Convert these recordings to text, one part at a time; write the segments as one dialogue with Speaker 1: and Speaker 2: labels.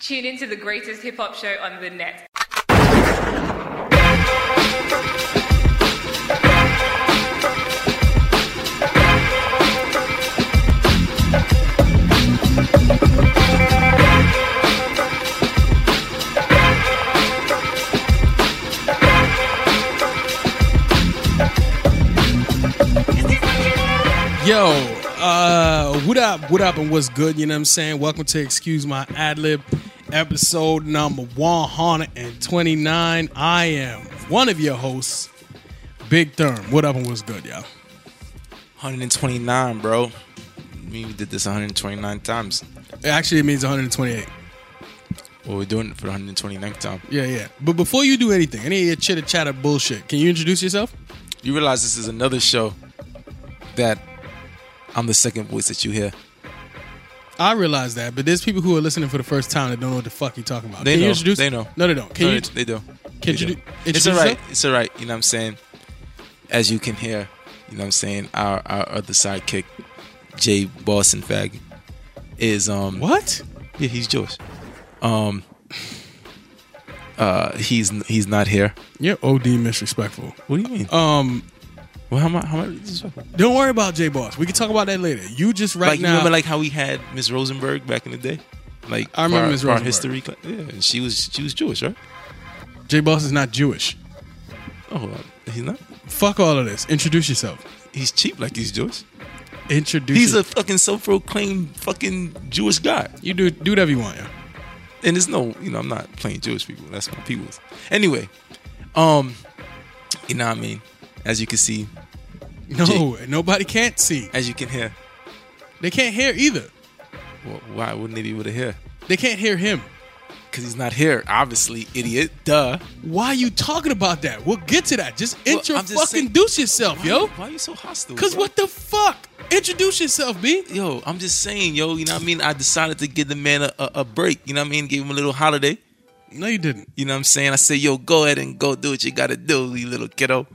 Speaker 1: Tune into the greatest hip hop show on the net.
Speaker 2: Yo, uh, what up, what up, and what's good? You know what I'm saying? Welcome to Excuse My Ad Lib, episode number 129. I am one of your hosts, Big Therm. What up, and what's good, y'all?
Speaker 3: 129, bro. We did this 129 times.
Speaker 2: Actually, it means 128.
Speaker 3: Well, we're doing it for the 129th time.
Speaker 2: Yeah, yeah. But before you do anything, any of your chitter chatter bullshit, can you introduce yourself?
Speaker 3: You realize this is another show that I'm the second voice that you hear.
Speaker 2: I realize that, but there's people who are listening for the first time that don't know what the fuck you're talking about.
Speaker 3: They
Speaker 2: can you
Speaker 3: know.
Speaker 2: introduce?
Speaker 3: They know.
Speaker 2: No, they don't. Can
Speaker 3: No,
Speaker 2: you?
Speaker 3: they, they do.
Speaker 2: can
Speaker 3: They
Speaker 2: you
Speaker 3: do.
Speaker 2: do- introduce
Speaker 3: It's all right.
Speaker 2: yourself?
Speaker 3: It's all right. You know what I'm saying? As you can hear, you know what I'm saying, our, our other sidekick, Jay Boston Fag, is um
Speaker 2: What?
Speaker 3: Yeah, he's Jewish. Um uh he's he's not here.
Speaker 2: You're OD disrespectful.
Speaker 3: What do you mean?
Speaker 2: Um,
Speaker 3: well, how am I how am I disrespectful?
Speaker 2: Don't worry about J Boss. We can talk about that later. You just right
Speaker 3: like you
Speaker 2: now.
Speaker 3: remember like how we had Miss Rosenberg back in the day? Like
Speaker 2: I remember
Speaker 3: for our-
Speaker 2: Miss
Speaker 3: for our
Speaker 2: Rosenberg.
Speaker 3: history class. Yeah, and she was she was Jewish, right?
Speaker 2: J Boss is not Jewish.
Speaker 3: Oh, uh, he's not.
Speaker 2: Fuck all of this. Introduce yourself.
Speaker 3: He's cheap like he's Jewish.
Speaker 2: Introduce.
Speaker 3: He's
Speaker 2: your-
Speaker 3: a fucking self-proclaimed fucking Jewish guy.
Speaker 2: You do do whatever you want. Yeah.
Speaker 3: And there's no, you know, I'm not playing Jewish people. That's my peoples. Anyway, um, you know what I mean? As you can see,
Speaker 2: No, nobody can't see.
Speaker 3: as you can hear,
Speaker 2: They can't hear either.
Speaker 3: wh- why wouldn't they be able to hear?
Speaker 2: They can't hear him.
Speaker 3: Because he's not here, obviously, idiot. Duh.
Speaker 2: Why you talking about that? We'll get to that. Just
Speaker 3: Well,
Speaker 2: intro
Speaker 3: I'm just
Speaker 2: fucking
Speaker 3: saying-
Speaker 2: deuce yourself, yo.
Speaker 3: Why are you so hostile?
Speaker 2: Cause
Speaker 3: bro?
Speaker 2: what the fuck? Introduce yourself, B.
Speaker 3: yo, I'm just saying, yo, you know what I mean? I decided to give the man a, a, a break, you know what I mean? Give him a little holiday,
Speaker 2: No, you didn't.
Speaker 3: you know what I'm saying? I said, yo, go ahead and go do what you gotta do, you little kiddo.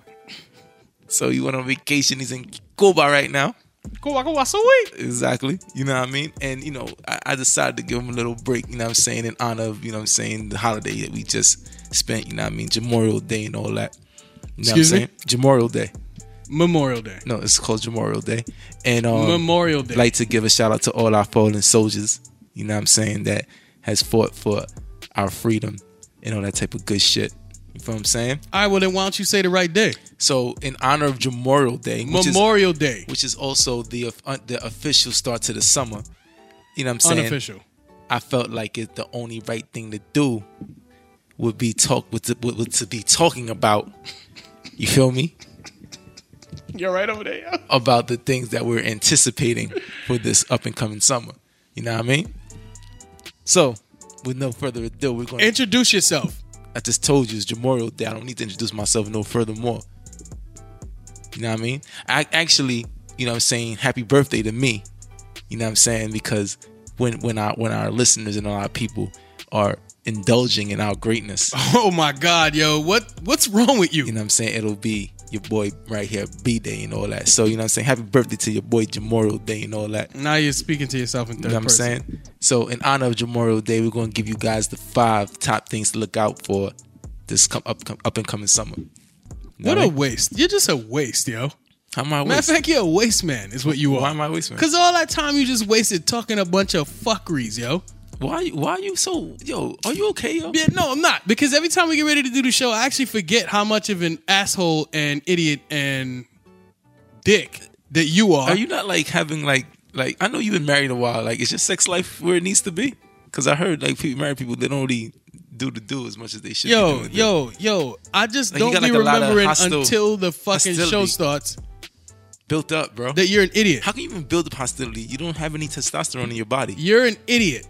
Speaker 3: So he went on vacation. He's in Cuba right now.
Speaker 2: Go walk a away.
Speaker 3: Exactly. You know what I mean? And, you know, I, I decided to give him a little break, you know what I'm saying, in honor of, you know what I'm saying, the holiday that we just spent, you know what I mean? Memorial Day and all that. You know
Speaker 2: Excuse me?
Speaker 3: what I'm saying? Memorial Day.
Speaker 2: Memorial Day.
Speaker 3: No, it's called Memorial Day. And um,
Speaker 2: Memorial Day.
Speaker 3: like to give a shout out to all our fallen soldiers. You know what I'm saying? That has fought for our freedom and all that type of good shit. You feel what I'm saying?
Speaker 2: All right. Well, then why don't you say the right day?
Speaker 3: So in honor of Memorial Day, which is
Speaker 2: Memorial Day.
Speaker 3: which is also the of- uh, the official start to the summer. You know what I'm saying?
Speaker 2: Unofficial.
Speaker 3: I felt like it the only right thing to do would be talk with the, would, would to be talking about. You feel me?
Speaker 2: You're right over there. yo.
Speaker 3: about the things that we're anticipating for this up and coming summer. You know what I mean? So, with no further ado, we're going. to
Speaker 2: Introduce yourself.
Speaker 3: I just told you it's Memorial Day. I don't need to introduce myself no furthermore. You know what I mean? I actually, you know, what I'm saying happy birthday to me. You know what I'm saying because when when our when our listeners and our people are indulging in our greatness,
Speaker 2: Oh my God, yo, what what's wrong with
Speaker 3: you
Speaker 2: you?
Speaker 3: know what I'm saying? It'll be your boy right here, B Day, and all that. So you know what I'm saying? Happy birthday to your boy Jamorial Day and all that.
Speaker 2: Now you're speaking to yourself in third
Speaker 3: You know what I'm
Speaker 2: person.
Speaker 3: saying? So, in honor of Memorial Day, we're going to give you guys the five top things to look out for this come up come, up and coming summer. You know
Speaker 2: What
Speaker 3: I
Speaker 2: a
Speaker 3: mean?
Speaker 2: waste. You're just a waste, yo.
Speaker 3: how am I
Speaker 2: Matter of
Speaker 3: wasting?
Speaker 2: fact, you're a waste man, is what you are.
Speaker 3: Why am I wasting?
Speaker 2: Cause all that time you just wasted talking a bunch of fuckeries, yo.
Speaker 3: Why are you, why are you so yo? Are you okay, yo?
Speaker 2: Yeah, no, I'm not. Because every time we get ready to do the show, I actually forget how much of an asshole and idiot and dick that you are.
Speaker 3: Are you not like having like like I know you've been married a while. Like, is your sex life where it needs to be? Because I heard like people, married people they don't really do the do as much as they should. be
Speaker 2: yo,
Speaker 3: doing the do.
Speaker 2: yo, yo. I just
Speaker 3: Like, you
Speaker 2: don't
Speaker 3: got,
Speaker 2: be
Speaker 3: like, a lot of
Speaker 2: remembering
Speaker 3: hostile-
Speaker 2: until the fucking show
Speaker 3: hostility.
Speaker 2: starts
Speaker 3: built up, bro.
Speaker 2: that you're an idiot.
Speaker 3: How can you even build up hostility? You don't have any testosterone in your body.
Speaker 2: You're an idiot.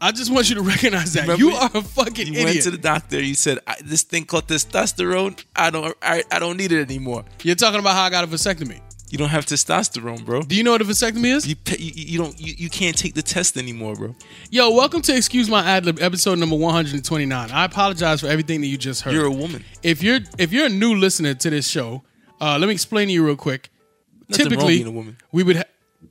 Speaker 2: I just want you to recognize that.
Speaker 3: Remember-
Speaker 2: you are a fucking
Speaker 3: You
Speaker 2: idiot.
Speaker 3: went to the doctor. You said I, this thing called testosterone. I don't. I, I don't need it anymore.
Speaker 2: You're talking about how I got a vasectomy.
Speaker 3: You don't have testosterone, bro.
Speaker 2: Do you know what a vasectomy is?
Speaker 3: You pa- you, you don't. You, you can't take the test anymore, bro.
Speaker 2: Yo, welcome to Excuse My Ad Lib, episode number 129. I apologize for everything that you just heard.
Speaker 3: You're a woman.
Speaker 2: if you're if you're a new listener to this show, uh, let me explain to you real quick.
Speaker 3: Nothing wrong
Speaker 2: Typically,
Speaker 3: being a woman.
Speaker 2: we would. Ha-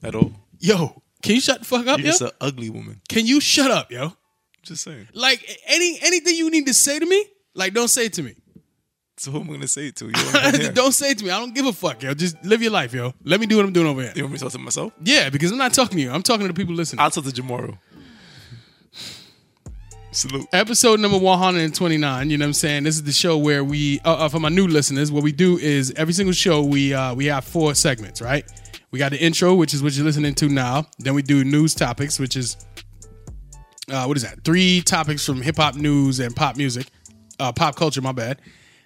Speaker 3: At all.
Speaker 2: yo, can you shut the fuck up,
Speaker 3: You're
Speaker 2: yo?
Speaker 3: just an ugly woman.
Speaker 2: can you shut up, yo?
Speaker 3: Just saying.
Speaker 2: Like any anything you need to say to me, like don't say it to me.
Speaker 3: So who am I gonna say it to? You don't, care.
Speaker 2: don't say it to me. I don't give a fuck, yo. Just live your life, yo. Let me do what I'm doing over here.
Speaker 3: You want me to talk to myself?
Speaker 2: Yeah, because I'm not talking to you. I'm talking to the people listening.
Speaker 3: I'll talk to Jamoro. Salute.
Speaker 2: episode number 129 you know what i'm saying this is the show where we uh, uh, for my new listeners what we do is every single show we uh, we have four segments right we got the intro which is what you're listening to now then we do news topics which is uh, what is that three topics from hip-hop news and pop music uh, pop culture my bad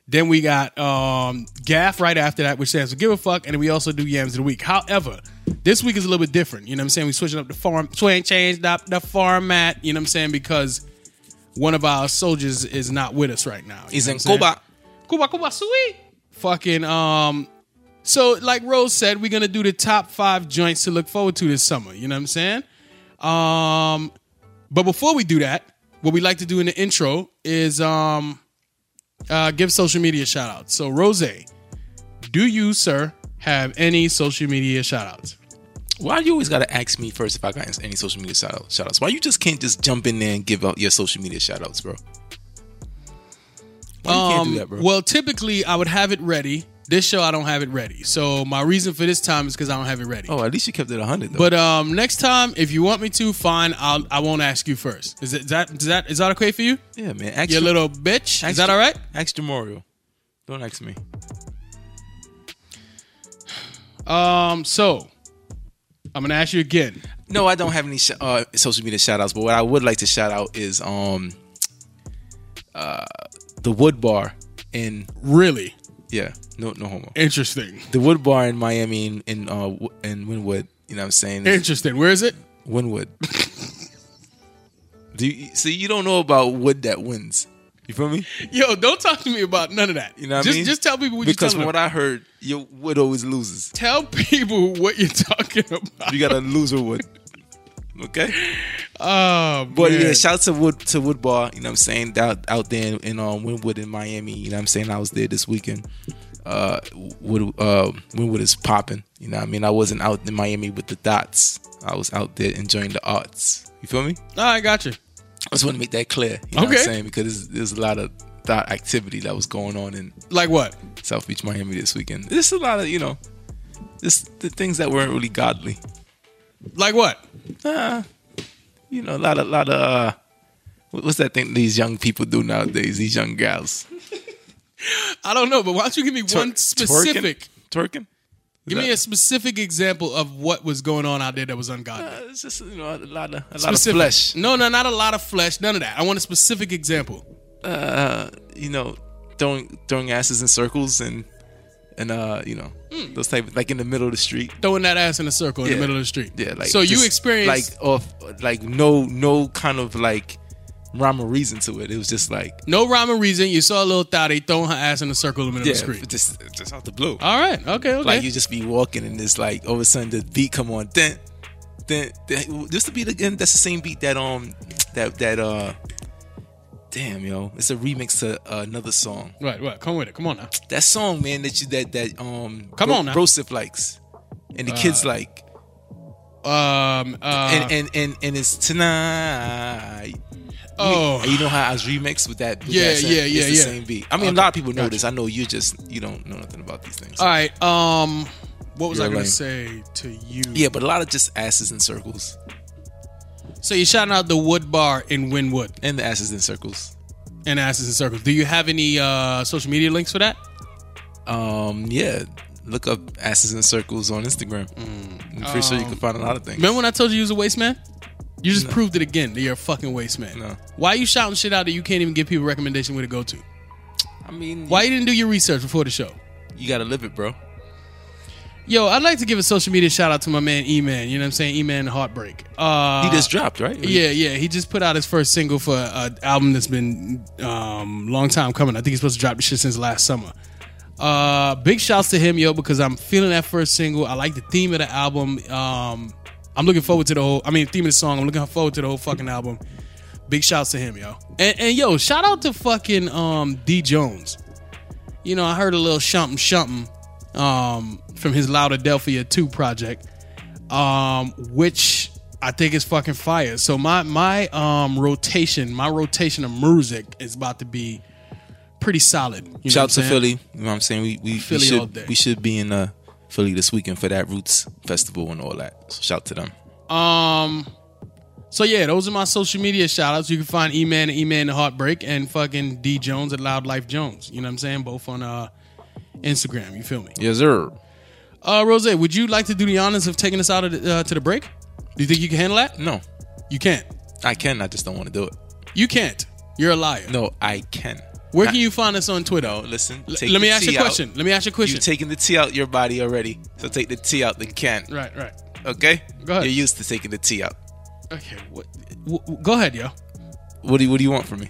Speaker 2: then we got um, gaff right after that which stands for give a fuck and then we also do yams of the week however this week is a little bit different you know what i'm saying we switching up the form swing change the, the format you know what i'm saying because one of our soldiers is not with us right now. You
Speaker 3: He's
Speaker 2: know
Speaker 3: in
Speaker 2: what I'm saying? Cuba,
Speaker 3: Cuba.
Speaker 2: Cuba, sweet. Fucking um. So like Rose said, we're gonna do the top five joints to look forward to this summer. You know what I'm saying? Um, but before we do that, what we like to do in the intro is um, uh, give social media shout outs. So Rose, do you sir have any social media shout outs?
Speaker 3: Why you always gotta ask me first if I got any social media shout out, shout outs? Why you just can't just jump in there and give out your social media shout outs, bro? Why you can't
Speaker 2: Um,
Speaker 3: do that, bro?
Speaker 2: Well, typically I would have it ready. This show I don't have it ready. So my reason for this time is because I don't have it ready.
Speaker 3: oh, at least you kept it hundred though.
Speaker 2: But um, next time, if you want me to, fine. I'll I won't ask you first. Is it is that is that is that okay for you?
Speaker 3: yeah, man. Ask
Speaker 2: You
Speaker 3: Jam-
Speaker 2: little bitch.
Speaker 3: ask
Speaker 2: Is that
Speaker 3: Jam-
Speaker 2: all right?
Speaker 3: Ask Jamorio. Don't ask me.
Speaker 2: Um, so I'm gonna ask you again.
Speaker 3: No, I don't have any sh- uh, social media shout outs, but what I would like to shout out is um uh the Wood Bar in
Speaker 2: Really
Speaker 3: yeah, no no homo.
Speaker 2: interesting.
Speaker 3: The Wood Bar in Miami in, in uh w- in Winwood, you know what I'm saying? It's
Speaker 2: Interesting. Where is it?
Speaker 3: Winwood. Do you see you don't know about wood that wins. You feel me?
Speaker 2: Yo, don't talk to me about none of that.
Speaker 3: You know what
Speaker 2: just
Speaker 3: I mean?
Speaker 2: just tell people what
Speaker 3: Because
Speaker 2: you're
Speaker 3: from
Speaker 2: telling
Speaker 3: what
Speaker 2: them.
Speaker 3: I heard, your wood always loses.
Speaker 2: tell people what you're talking about.
Speaker 3: You got a loser wood. Okay?
Speaker 2: Oh,
Speaker 3: But
Speaker 2: man.
Speaker 3: yeah, shout out to Wood to Wood Bar. You know what I'm saying? Out out there in, in um, Winwood in Miami. You know what I'm saying? I was there this weekend. Uh, Wood, uh, Winwood is popping. You know what I mean? I wasn't out in Miami with the dots. I was out there enjoying the arts. You feel me?
Speaker 2: All right, gotcha.
Speaker 3: I just want to make that clear. You know what
Speaker 2: Okay.
Speaker 3: I'm saying? Because there's, there's a lot of thought activity that was going on in
Speaker 2: Like what?
Speaker 3: South Beach, Miami this weekend. There's a lot of, you know, this the things that weren't really godly.
Speaker 2: Like what?
Speaker 3: uh, you know, a lot of, lot of, uh, what- what's that thing these young people do nowadays? These young gals,
Speaker 2: I don't know, but why don't you give me
Speaker 3: Twer-
Speaker 2: one specific?
Speaker 3: twerking. twerking?
Speaker 2: Give me a specific example of what was going on out there that was ungodly.
Speaker 3: Uh, it's just you know a lot of a lot of
Speaker 2: Specific.
Speaker 3: flesh.
Speaker 2: No, no, not a lot of flesh. None of that. I want a specific example.
Speaker 3: Uh, you know, throwing throwing asses in circles and and uh, you know,
Speaker 2: Hmm.
Speaker 3: those type of, like in the middle of the street.
Speaker 2: Throwing that ass in a circle in
Speaker 3: Yeah.
Speaker 2: the middle of the street.
Speaker 3: Yeah, like
Speaker 2: so you
Speaker 3: just,
Speaker 2: experienced
Speaker 3: like off like no no kind of like rhyme or reason to it. It was just like
Speaker 2: no rhyme or reason. You saw a little thotty throwing her ass in a circle in the middle
Speaker 3: yeah,
Speaker 2: of the street.
Speaker 3: just just out the blue.
Speaker 2: All right. Okay. Okay.
Speaker 3: Like you just be walking and it's like all of a sudden the beat come on. Then, then, this the beat again. That's the same beat that um that that uh damn yo. It's a remix to uh, another song.
Speaker 2: right. What? Come with it. Come on now.
Speaker 3: That song man that you that that um
Speaker 2: Come
Speaker 3: Bro-
Speaker 2: on now.
Speaker 3: Broseph likes and the kids like
Speaker 2: Um. Uh,
Speaker 3: and and and and it's tonight.
Speaker 2: oh.
Speaker 3: And you know how I was remixed with that? with
Speaker 2: Yeah,
Speaker 3: that same-
Speaker 2: yeah, yeah,
Speaker 3: It's the
Speaker 2: yeah.
Speaker 3: same beat. I mean,
Speaker 2: Okay,
Speaker 3: a lot of people know
Speaker 2: gotcha. Uh.
Speaker 3: this. I know you just you don't know nothing about these things.
Speaker 2: All right. Um. What was
Speaker 3: You're
Speaker 2: I gonna
Speaker 3: lame.
Speaker 2: say to you?
Speaker 3: yeah, but a lot of just asses in circles
Speaker 2: So you're shouting out the Wood Bar in Winwood
Speaker 3: and the asses in circles.
Speaker 2: and asses in circles. Do you have any uh, social media links for that?
Speaker 3: Um, yeah, look up asses in circles on Instagram. I'm pretty sure you can find a lot of things.
Speaker 2: Mm. Um, Remember when I told you you was a waste man? You just proved it again that you're a fucking waste man.
Speaker 3: No.
Speaker 2: Why you shouting shit out that you can't even give people recommendation where to go to?
Speaker 3: I mean,
Speaker 2: Why
Speaker 3: why
Speaker 2: you didn't do your research before the show?
Speaker 3: you gotta live it, bro?
Speaker 2: Yo, I'd like to give a social media shout out to my man E Man. You know what I'm saying? E Man Heartbreak. Uh,
Speaker 3: He just dropped, right?
Speaker 2: Yeah, yeah. He just put out his first single for an album that's been um long time coming. I think he's supposed to drop the shit since last summer. Uh big shouts to him, yo, because I'm feeling that first single. I like the theme of the album. Um I'm looking forward to the whole I mean theme of the song. I'm looking forward to the whole fucking album. Big shouts to him, yo. And and yo, shout out to fucking um D Jones. You know, I heard a little shumpin' shumpin' um from his Loudadelphia 2 project um, which I think it's fucking fire. So my my um rotation, my rotation of music is about to be pretty solid. You know what
Speaker 3: Shout
Speaker 2: I'm
Speaker 3: out to
Speaker 2: saying?
Speaker 3: Philly. You know what I'm saying? We we, we
Speaker 2: Philly all day.
Speaker 3: should we should be in uh, Philly this weekend for that Roots Festival and all that. So shout to them.
Speaker 2: Um. So yeah, those are my social media shout outs. You can find E Man and E Man the Heartbreak and fucking D Jones at Loud Life Jones. You know what I'm saying? Both on uh Instagram. You feel me?
Speaker 3: Yes, sir.
Speaker 2: Uh, Rose, would you like to do the honors of taking us out of the, uh, to the break? Do you think you can handle that?
Speaker 3: No,
Speaker 2: You can't.
Speaker 3: I can. I just don't want to do it.
Speaker 2: You can't. You're a liar.
Speaker 3: No, I can.
Speaker 2: Where
Speaker 3: I-
Speaker 2: can you find us on Twitter?
Speaker 3: No, listen.
Speaker 2: L-
Speaker 3: take
Speaker 2: let me
Speaker 3: the
Speaker 2: ask you
Speaker 3: tea
Speaker 2: a
Speaker 3: out.
Speaker 2: question. Let me ask you a question.
Speaker 3: You've taken the tea out your body already, so take the tea out then can.
Speaker 2: right, right.
Speaker 3: Okay.
Speaker 2: Go ahead.
Speaker 3: You're used to taking the tea out.
Speaker 2: Okay. What, w- w- go ahead, yo.
Speaker 3: What do you, What do you want from me?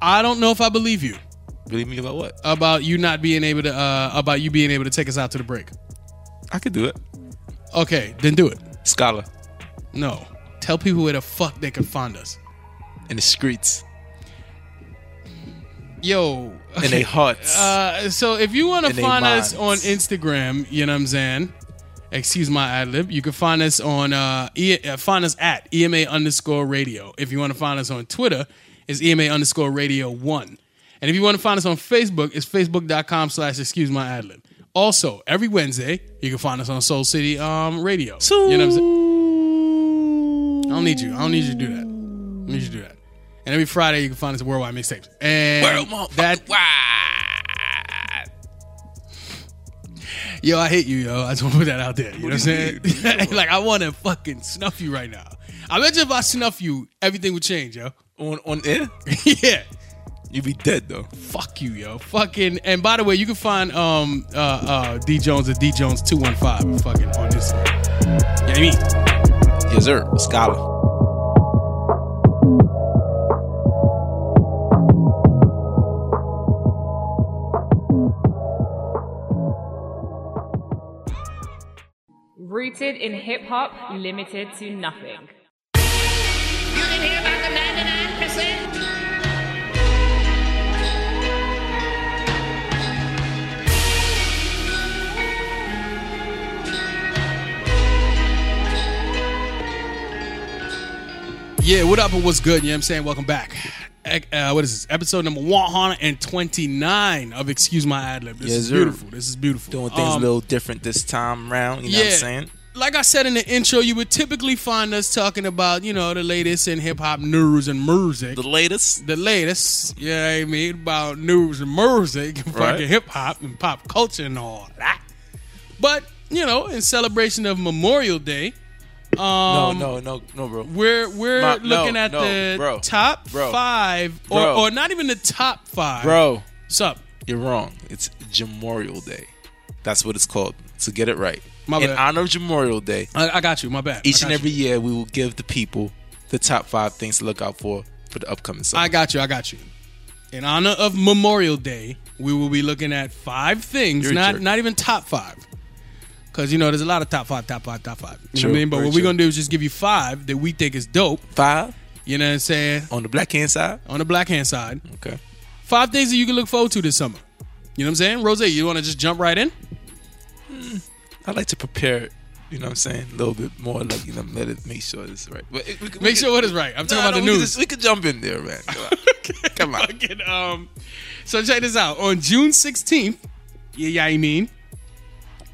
Speaker 2: I don't know if I believe you
Speaker 3: Believe me about what?
Speaker 2: about you not being able to uh, about you being able to take us out to the break.
Speaker 3: I could do it.
Speaker 2: Okay, then do it.
Speaker 3: Scholar
Speaker 2: No. Tell people where the fuck they can find us.
Speaker 3: in the streets
Speaker 2: Yo.
Speaker 3: in their hearts.
Speaker 2: Uh, so if you want to
Speaker 3: In they
Speaker 2: find us on
Speaker 3: minds.
Speaker 2: Instagram, you know what I'm saying? Excuse my ad lib. You can find us on uh, e- uh, find us at EMA underscore radio. If you want to find us on Twitter, it's EMA underscore radio one. And if you want to find us on Facebook, it's facebook.com slash excuse my ad lib. Also, every Wednesday, you can find us on Soul City um, Radio. You know what I'm saying? I don't need you. I don't need you to do that. I don't need you to do that. And every Friday you can find us at Worldwide Mixtapes. And
Speaker 3: World
Speaker 2: that
Speaker 3: Why?
Speaker 2: yo, I hate you, yo. I just want to put that out there. You know what I'm
Speaker 3: do you
Speaker 2: saying? like I want to fucking snuff you right now. I bet you if I snuff you, everything would change, yo.
Speaker 3: On on air,
Speaker 2: yeah.
Speaker 3: you be dead though.
Speaker 2: Fuck you, yo. Fucking. And by the way, you can find um uh uh D Jones at D Jones two one five fucking on this. You know what I mean?
Speaker 3: Yes, sir. Scholar.
Speaker 1: Rooted in hip hop, limited to nothing.
Speaker 4: You didn't hear about the 99%?
Speaker 2: Yeah, what up and what's good? You know what I'm saying? Welcome back. Ec- Uh, what is this? Episode number 129 of Excuse My Ad Lib. This
Speaker 3: Yes,
Speaker 2: is
Speaker 3: sir.
Speaker 2: beautiful. This is beautiful.
Speaker 3: Doing things a
Speaker 2: Um,
Speaker 3: little different this time round. You know what I'm saying?
Speaker 2: Like I said in the intro, you would typically find us talking about, you know, the latest in hip hop news and music.
Speaker 3: The
Speaker 2: The,
Speaker 3: latest.
Speaker 2: latest, you know what I mean, about news and music, and
Speaker 3: Right.
Speaker 2: fucking hip hop and pop culture and all that. But, you know, in celebration of Memorial Day, um,
Speaker 3: no, no, no, no, bro.
Speaker 2: We're we're
Speaker 3: Ma- no,
Speaker 2: looking at
Speaker 3: no,
Speaker 2: the
Speaker 3: bro.
Speaker 2: top
Speaker 3: Bro.
Speaker 2: five, or,
Speaker 3: Bro.
Speaker 2: or not even the top five.
Speaker 3: Bro,
Speaker 2: what's up?
Speaker 3: you're wrong. It's Memorial Day. That's what it's called. So get it right.
Speaker 2: My
Speaker 3: In
Speaker 2: bad.
Speaker 3: honor of Memorial Day,
Speaker 2: I, I got you. My bad.
Speaker 3: each
Speaker 2: I got
Speaker 3: and every
Speaker 2: You.
Speaker 3: year we will give the people the top five things to look out for for the upcoming summer.
Speaker 2: I got you. I got you. In honor of Memorial Day, we will be looking at five things,
Speaker 3: You're a
Speaker 2: not
Speaker 3: jerk.
Speaker 2: not even top five, because you know there's a lot of top five, top five, top five. You know
Speaker 3: True,
Speaker 2: what I mean? But
Speaker 3: very
Speaker 2: what we're
Speaker 3: true.
Speaker 2: gonna do is just give you five that we think is dope.
Speaker 3: five
Speaker 2: You know what I'm saying?
Speaker 3: on the black hand side.
Speaker 2: On the black hand side,
Speaker 3: Okay.
Speaker 2: five things that you can look forward to this summer. You know what I'm saying, Rose? You want to just jump right in?
Speaker 3: I like to prepare. You know what I'm saying? A little bit more, like you know, let it make sure it's right. But it- we could- we
Speaker 2: Make
Speaker 3: could-
Speaker 2: sure what is right. I'm talking
Speaker 3: Nah,
Speaker 2: about the
Speaker 3: no, we could
Speaker 2: news.
Speaker 3: just- we could jump in there, man. Come on. Come on.
Speaker 2: Fucking, um, so check this out. On June 16th, yeah, yeah, I mean,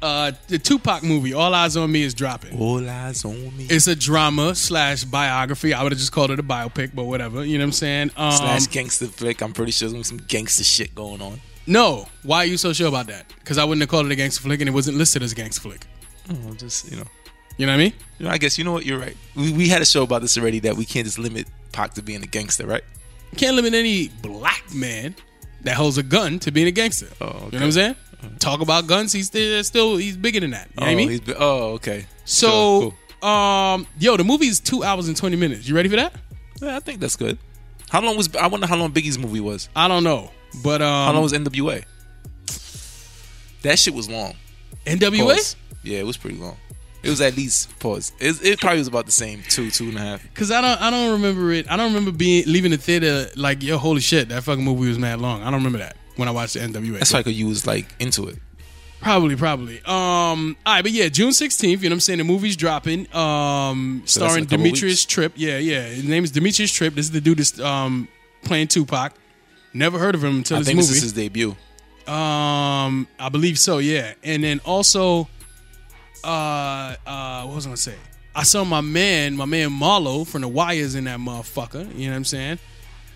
Speaker 2: uh, the Tupac movie, All Eyes on Me, is dropping.
Speaker 3: All eyes on me.
Speaker 2: It's a drama slash biography. I would have just called it a biopic, but whatever. You know what I'm saying? Um,
Speaker 3: Slash gangster flick. I'm pretty sure there's some gangster shit going on.
Speaker 2: no. Why are you so sure about that? Because I wouldn't have called it a gangster flick, and it wasn't listed as a gangster flick.
Speaker 3: Oh, just you know.
Speaker 2: You know what I mean?
Speaker 3: You know, I guess you know what you're right. We, we had a show about this already that we can't just limit Pac to being a gangster, right?
Speaker 2: Can't limit any black man that holds a gun to being a gangster.
Speaker 3: Oh,
Speaker 2: You know
Speaker 3: okay.
Speaker 2: what I'm saying? Talk about guns. He's still, still he's bigger than that. You know
Speaker 3: oh,
Speaker 2: what I mean?
Speaker 3: he's been- oh, okay. Sure,
Speaker 2: So, um, yo, the movie is two hours and twenty minutes. You ready for that?
Speaker 3: cool. Yeah, I think that's good. How long was I wonder how long Biggie's movie was?
Speaker 2: I don't know, but um,
Speaker 3: How long was NWA? That shit was long.
Speaker 2: NWA?
Speaker 3: Pause. Yeah, it was pretty long. It was at least pause. It, it probably was about the same two, two and a half.
Speaker 2: Because I don't, I don't remember it. I don't remember being leaving the theater like, yo, holy shit, that fucking movie was mad long. I don't remember that when I watched the NWA.
Speaker 3: That's why you was like into it.
Speaker 2: Probably, probably. Um, all right, but yeah, June sixteenth. You know what I'm saying? The movie's dropping. Um,
Speaker 3: that's in
Speaker 2: starring
Speaker 3: a couple
Speaker 2: Demetrius
Speaker 3: weeks.
Speaker 2: Tripp. Yeah, yeah. His name is Demetrius Tripp. This is the dude that's um playing Tupac. Never heard of him until
Speaker 3: I
Speaker 2: this
Speaker 3: think
Speaker 2: movie.
Speaker 3: this is his debut.
Speaker 2: Um, I believe so. Yeah, and then also, uh, uh, what was I gonna say? I saw my man, my man Marlo from The Wires in that motherfucker. You know what I'm saying?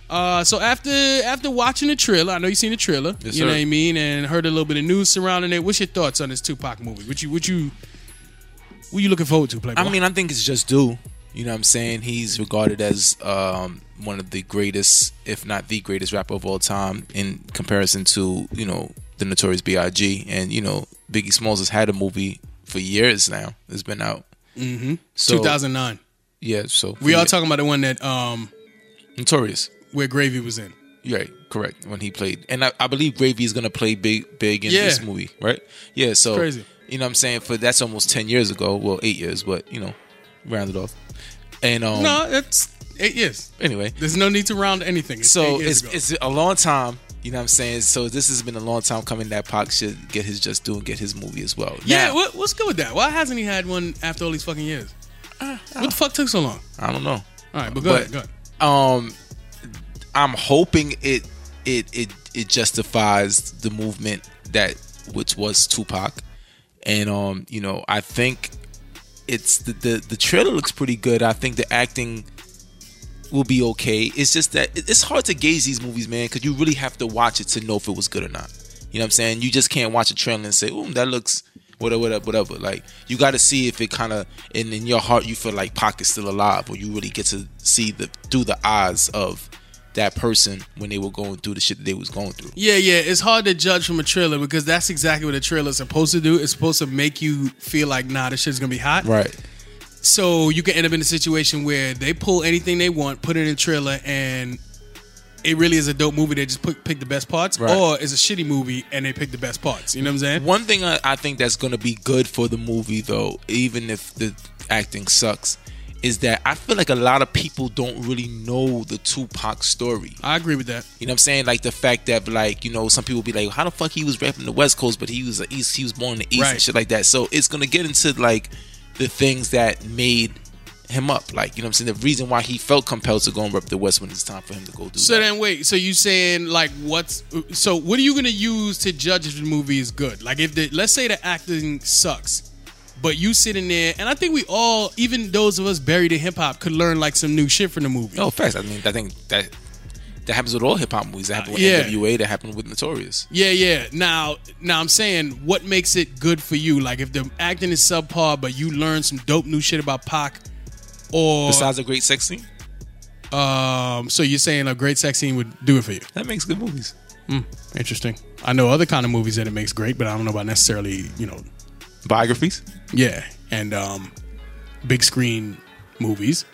Speaker 2: Uh, so after after watching the trailer, I know you seen the trailer.
Speaker 3: Yes,
Speaker 2: you know
Speaker 3: sir.
Speaker 2: what I mean, and heard a little bit of news surrounding it. What's your thoughts on this Tupac movie? What you what you what you looking forward to, Playboy?
Speaker 3: I mean, I think it's just due. You know what I'm saying? He's regarded as um, one of the greatest, if not the greatest rapper of all time in comparison to, you know, the Notorious B.I.G. And, you know, Biggie Smalls has had a movie for years now. It's been out. Mm-hmm. So,
Speaker 2: 2009.
Speaker 3: Yeah, so.
Speaker 2: We all talking about the one that um
Speaker 3: Notorious.
Speaker 2: where Gravy was
Speaker 3: Um,
Speaker 2: in.
Speaker 3: Yeah, correct. When he played, and I, I believe Gravy is gonna play big, big in
Speaker 2: Yeah.
Speaker 3: this movie, right? Yeah. So
Speaker 2: Crazy.
Speaker 3: You know, what I'm saying for that's almost ten years ago. Well, eight years, but you know, rounded off. And um,
Speaker 2: No, that's eight years.
Speaker 3: anyway,
Speaker 2: There's no need to round anything. It's
Speaker 3: so
Speaker 2: eight years
Speaker 3: it's
Speaker 2: ago.
Speaker 3: it's a long time. You know what I'm saying? So this has been a long time coming that Pac should get his just due and get his movie as well.
Speaker 2: Yeah,
Speaker 3: Now,
Speaker 2: what, what's good with that? Why hasn't he had one after all these fucking years? what the fuck took so long?
Speaker 3: I don't know.
Speaker 2: All right, but go
Speaker 3: But-
Speaker 2: ahead, go ahead.
Speaker 3: um i'm hoping it it it it justifies the movement that which was tupac and um you know i think it's the the, the trailer looks pretty good i think the acting will be okay it's just that it- it's hard to gauge these movies man because you really have to watch it to know if it was good or not you know what i'm saying you just can't watch a trailer and say oh that looks whatever whatever whatever like you got to see if it kind of and in your heart you feel like Pac is still alive or you really get to see the through the eyes of that person when they were going through the shit that they was going through
Speaker 2: Yeah, yeah, it's hard to judge from a trailer because that's exactly what a trailer's supposed to do. It's supposed to make you feel like, nah, this shit's gonna be hot.
Speaker 3: right
Speaker 2: So you can end up in a situation where they pull anything they want, put it in a trailer, and it really is a dope movie. They just pick, pick the best parts,
Speaker 3: Right.
Speaker 2: or it's a shitty movie and they pick the best parts. You know what I'm saying?
Speaker 3: One thing I, I think that's going to be good for the movie, though, even if the acting sucks, is that I feel like a lot of people don't really know the Tupac story.
Speaker 2: I agree with that.
Speaker 3: You know what I'm saying? Like the fact that, like, you know, some people be like, "How the fuck he was rapping the West Coast, but he was a East, he was born in the East
Speaker 2: Right.
Speaker 3: and shit like that." So it's gonna get into like the things that made him up, like you know what I'm saying. The reason why he felt compelled to go and rep the West when it's time for him to go do
Speaker 2: So
Speaker 3: that.
Speaker 2: then, wait. So you saying like what's? So what are you gonna use to judge if the movie is good? Like if the let's say the acting sucks, but you sitting there, and I think we all, even those of us buried in hip hop, could learn like some new shit from the movie.
Speaker 3: no facts. I mean, I think that that happens with all hip hop movies. That happened with
Speaker 2: yeah.
Speaker 3: NWA. That happened with Notorious.
Speaker 2: Yeah, yeah. Now, now I'm saying what makes it good for you? Like if the acting is subpar, but you learn some dope new shit about Pac, or
Speaker 3: Besides a great sex scene,
Speaker 2: um, so you're saying a great sex scene would do it for you?
Speaker 3: that makes good movies.
Speaker 2: Interesting. I know other kind of movies that it makes great, but I don't know about necessarily you know
Speaker 3: Biographies.
Speaker 2: Yeah, and um, big screen movies,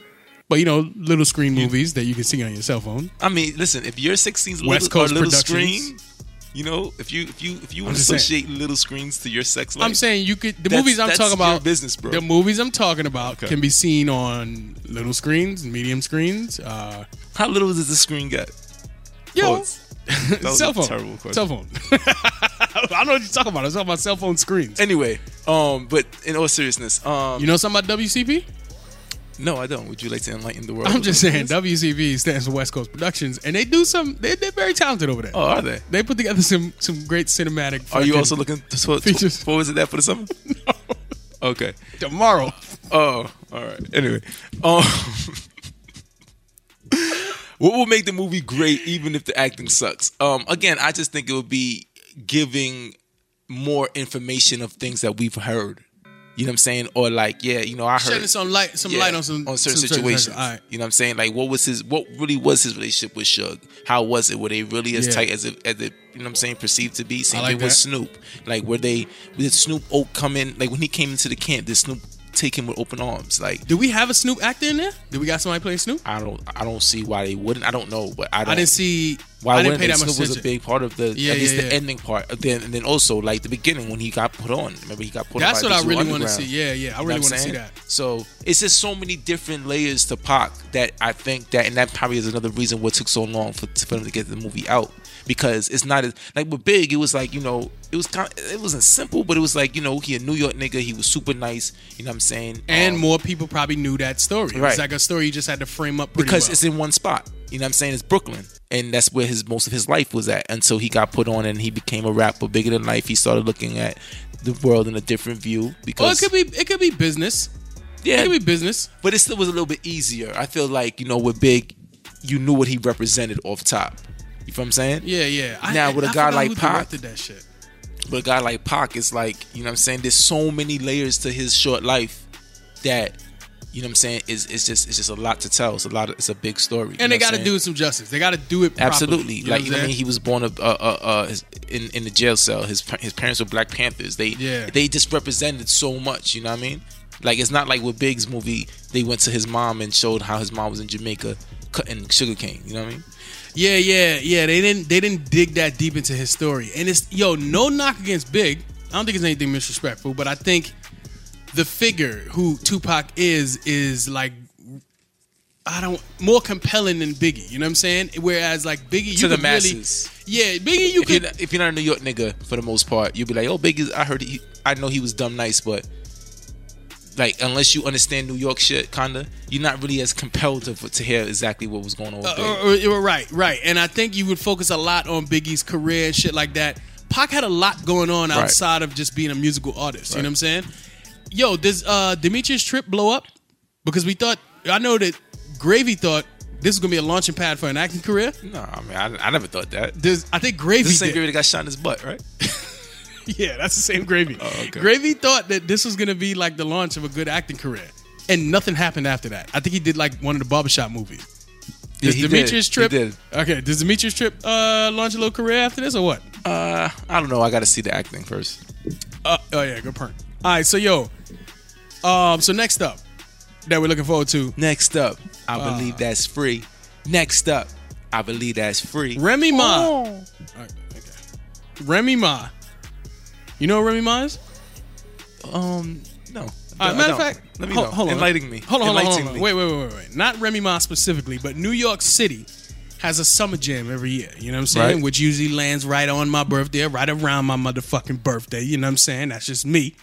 Speaker 2: but you know, little screen movies that you can see on your cell phone.
Speaker 3: I mean, listen, if your sex scenes
Speaker 2: West
Speaker 3: little,
Speaker 2: Coast
Speaker 3: are little
Speaker 2: Productions.
Speaker 3: screen, you know, if you if you if you
Speaker 2: just saying.
Speaker 3: associate little screens to your sex life,
Speaker 2: I'm saying you could the
Speaker 3: That's-
Speaker 2: movies I'm
Speaker 3: that's
Speaker 2: talking
Speaker 3: your
Speaker 2: about
Speaker 3: business, bro.
Speaker 2: The movies I'm talking about
Speaker 3: Okay.
Speaker 2: can be seen on little screens, medium screens, uh,
Speaker 3: how little does the screen get?
Speaker 2: yo,
Speaker 3: Pause. That was
Speaker 2: cell
Speaker 3: a
Speaker 2: phone,
Speaker 3: terrible question.
Speaker 2: cell phone. I know what you're talking about. I was talking about cell phone screens.
Speaker 3: Anyway, um, but in all seriousness, um,
Speaker 2: You know something about WCP?
Speaker 3: no, I don't. Would you like to enlighten the world?
Speaker 2: I'm
Speaker 3: with
Speaker 2: just
Speaker 3: those
Speaker 2: saying
Speaker 3: things?
Speaker 2: WCP stands for West Coast Productions, and they do some. They, they're very talented over there.
Speaker 3: Oh, are they?
Speaker 2: They put together some some great cinematic.
Speaker 3: Are you
Speaker 2: fucking-
Speaker 3: also looking for
Speaker 2: Features.
Speaker 3: What was it that for the summer? Okay.
Speaker 2: tomorrow?
Speaker 3: Oh, all right. Anyway, um, what will make the movie great, even if the acting sucks? Um, again, I just think it would be giving more information of things that we've heard. You know what I'm saying? Or like, yeah, you know, I heard
Speaker 2: shedding some light, some
Speaker 3: yeah,
Speaker 2: light on some
Speaker 3: certain
Speaker 2: some
Speaker 3: situations.
Speaker 2: All right.
Speaker 3: You know what I'm saying? Like, what was his? What really was his relationship with Suge? How was it? Were they really as
Speaker 2: Yeah.
Speaker 3: tight as it, as it? You know what I'm saying? Perceived to be. Same
Speaker 2: like
Speaker 3: thing with
Speaker 2: that.
Speaker 3: Snoop. Like, were they? Did Snoop O come in? Like when he came into the camp, did Snoop take him with open arms? Like,
Speaker 2: Do we have a Snoop actor in there? Do we got somebody playing Snoop?
Speaker 3: I don't, I don't see why they wouldn't. I don't know, but I, don't,
Speaker 2: I didn't see
Speaker 3: Why
Speaker 2: I didn't
Speaker 3: wouldn't
Speaker 2: pay
Speaker 3: they?
Speaker 2: that much
Speaker 3: Snoop was a
Speaker 2: attention.
Speaker 3: big part of the
Speaker 2: Yeah,
Speaker 3: at least
Speaker 2: yeah,
Speaker 3: the
Speaker 2: yeah.
Speaker 3: ending part. Then and then also like the beginning when he got put on. Remember he got put
Speaker 2: That's what
Speaker 3: on. by
Speaker 2: I
Speaker 3: Digital
Speaker 2: really want to
Speaker 3: Underground.
Speaker 2: see. Yeah, yeah. I
Speaker 3: You know
Speaker 2: really
Speaker 3: what
Speaker 2: want
Speaker 3: I'm
Speaker 2: to see
Speaker 3: saying?
Speaker 2: that.
Speaker 3: So it's just so many different layers to Pac that I think that, and that probably is another reason what took so long for, for them to get the movie out because it's not as like with Big, it was like you know it was kind, it wasn't simple, but it was like you know he a New York nigga, he was super nice, you know what I'm saying,
Speaker 2: And
Speaker 3: Um,
Speaker 2: more people probably knew that story. It was
Speaker 3: Right.
Speaker 2: like a story you just had to frame up pretty
Speaker 3: because
Speaker 2: well.
Speaker 3: it's in one spot. You know what I'm saying? It's Brooklyn. And that's where his most of his life was at until he got put on and he became a rapper bigger than life. He started looking at the world in a different view
Speaker 2: Well, it
Speaker 3: because
Speaker 2: could be it could be business. It
Speaker 3: yeah,
Speaker 2: could be business.
Speaker 3: but it still was a little bit easier. I feel like you know with Big, you knew what he represented off top. You feel what I'm saying?
Speaker 2: Yeah, yeah. I-
Speaker 3: Now, with
Speaker 2: I
Speaker 3: a guy
Speaker 2: forgot
Speaker 3: like
Speaker 2: who
Speaker 3: Pac-
Speaker 2: directed that shit.
Speaker 3: But a guy like Pac is like, you know what I'm saying? There's so many layers to his short life that, you know what I'm saying, is it's just it's just a lot to tell. It's a lot of, it's a big story. You know
Speaker 2: And they
Speaker 3: what I'm
Speaker 2: got to
Speaker 3: saying?
Speaker 2: do it some justice. They got to do it properly.
Speaker 3: Absolutely,
Speaker 2: You know
Speaker 3: like
Speaker 2: what
Speaker 3: you know,
Speaker 2: I'm
Speaker 3: what I mean,
Speaker 2: saying?
Speaker 3: he was born a, uh, uh, uh, his- in in the jail cell. His pa- his parents were Black Panthers. They
Speaker 2: Yeah.
Speaker 3: they just represented so much. You know what I mean? Like it's not like with Big's movie, they went to his mom and showed how his mom was in Jamaica cutting sugarcane. You know what I mean?
Speaker 2: Yeah, yeah, yeah. They didn't they didn't dig that deep into his story. And it's yo, no knock against Big. I don't think it's anything disrespectful, but I think the figure who Tupac is is like I don't more compelling than Biggie. You know what I'm saying? Whereas like Biggie, you
Speaker 3: To the
Speaker 2: could
Speaker 3: masses.
Speaker 2: Really, yeah, Biggie, you
Speaker 3: If you're,
Speaker 2: could.
Speaker 3: not, if you're not a New York nigga for the most part, you'll be like, "Oh, Big is." I heard he, I know he was dumb nice, but like unless you understand New York shit, kinda, you're not really as compelled to, to hear exactly what was going on with Big.
Speaker 2: Uh, or- or- right, right. And I think you would focus a lot on Biggie's career and shit like that. Pac had a lot going on
Speaker 3: Right.
Speaker 2: outside of just being a musical artist. You know what I'm saying? Yo, does uh, Demetrius Trip blow up? Because we thought, I know that Gravy thought this was gonna be a launching pad for an acting career.
Speaker 3: nah, man, I, I never thought that.
Speaker 2: Does I think Gravy?
Speaker 3: This is the same
Speaker 2: did.
Speaker 3: period that got shot in his butt, right?
Speaker 2: Yeah, that's the same Gravy.
Speaker 3: Oh, okay.
Speaker 2: Gravy thought that this was gonna be like the launch of a good acting career, and nothing happened after that. I think he did like one of the barbershop movies.
Speaker 3: Yeah,
Speaker 2: Does
Speaker 3: he did.
Speaker 2: Demetrius
Speaker 3: He
Speaker 2: Trip?
Speaker 3: did.
Speaker 2: Okay, does Demetrius Trip uh, launch a little career after this or what?
Speaker 3: Uh, I don't know. I got to see the acting first.
Speaker 2: Uh, oh yeah, good point. All right, so yo, um, so next up that we're looking forward to,
Speaker 3: Next up, I
Speaker 2: Uh,
Speaker 3: believe that's free. Next up, I believe that's free.
Speaker 2: Remy Ma. All right, okay. Remy Ma. You know who Remy Ma is?
Speaker 3: Um, no.
Speaker 2: All right,
Speaker 3: No,
Speaker 2: Uh, matter
Speaker 3: I
Speaker 2: of
Speaker 3: don't.
Speaker 2: fact,
Speaker 3: let me
Speaker 2: hol-
Speaker 3: know.
Speaker 2: hold on.
Speaker 3: Enlighten me.
Speaker 2: Hold on, hold on, hold
Speaker 3: Enlighten
Speaker 2: on.
Speaker 3: me.
Speaker 2: Wait, wait, wait, wait, wait. Not Remy Ma specifically, but New York City has a summer jam every year. You know what I'm saying?
Speaker 3: Right.
Speaker 2: Which usually lands right on my birthday, right around my motherfucking birthday. You know what I'm saying? That's just me.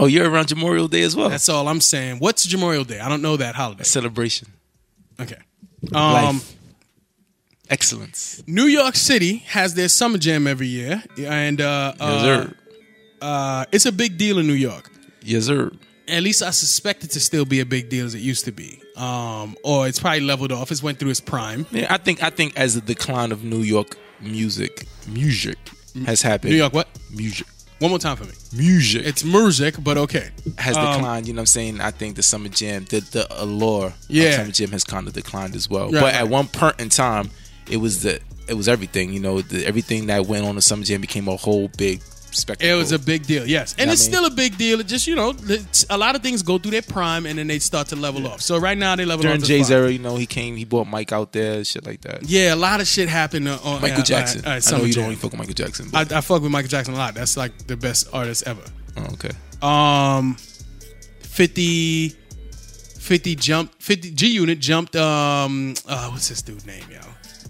Speaker 3: Oh, you're around Memorial Day as well.
Speaker 2: That's all I'm saying. What's Memorial Day? I don't know that holiday.
Speaker 3: celebration.
Speaker 2: Okay. Um,
Speaker 3: Life. Excellence.
Speaker 2: New York City has their summer jam every year, and uh,
Speaker 3: yes,
Speaker 2: uh,
Speaker 3: sir.
Speaker 2: uh, it's a big deal in New York.
Speaker 3: Yes, sir.
Speaker 2: at least I suspect it to still be a big deal as it used to be. Um, or it's probably leveled off. It's went through its prime.
Speaker 3: Yeah, I think I think as the decline of New York music, music has happened.
Speaker 2: New York, what?
Speaker 3: music,
Speaker 2: One more time for me.
Speaker 3: music.
Speaker 2: It's music, but okay.
Speaker 3: has
Speaker 2: Um,
Speaker 3: declined. You know what I'm saying? I think the summer jam, the the allure
Speaker 2: Yeah.
Speaker 3: of summer jam has kind of declined as well.
Speaker 2: Right,
Speaker 3: but
Speaker 2: right.
Speaker 3: at one point in time, it was the it was everything. You know, the, everything that went on the summer jam became a whole big spectacle.
Speaker 2: It was a big deal, yes, and
Speaker 3: Yeah, I
Speaker 2: it's
Speaker 3: mean-
Speaker 2: still a big deal. It just you know, it's- a lot of things go through their prime and then they start to level off. So right now they level
Speaker 3: during
Speaker 2: off. to
Speaker 3: Jay's
Speaker 2: five.
Speaker 3: era. You know, he came, he bought Mike out there, shit like that.
Speaker 2: Yeah, a lot of shit happened. uh, on
Speaker 3: Michael
Speaker 2: uh,
Speaker 3: Jackson.
Speaker 2: Uh, uh,
Speaker 3: I know
Speaker 2: Summer
Speaker 3: you
Speaker 2: Jam.
Speaker 3: don't even fuck with Michael Jackson.
Speaker 2: I,
Speaker 3: But,
Speaker 2: I fuck with Michael Jackson a lot. That's like the best artist ever.
Speaker 3: oh, okay.
Speaker 2: Um, 50, 50 jumped, 50 G Unit jumped. Um, uh, what's this dude name, yo?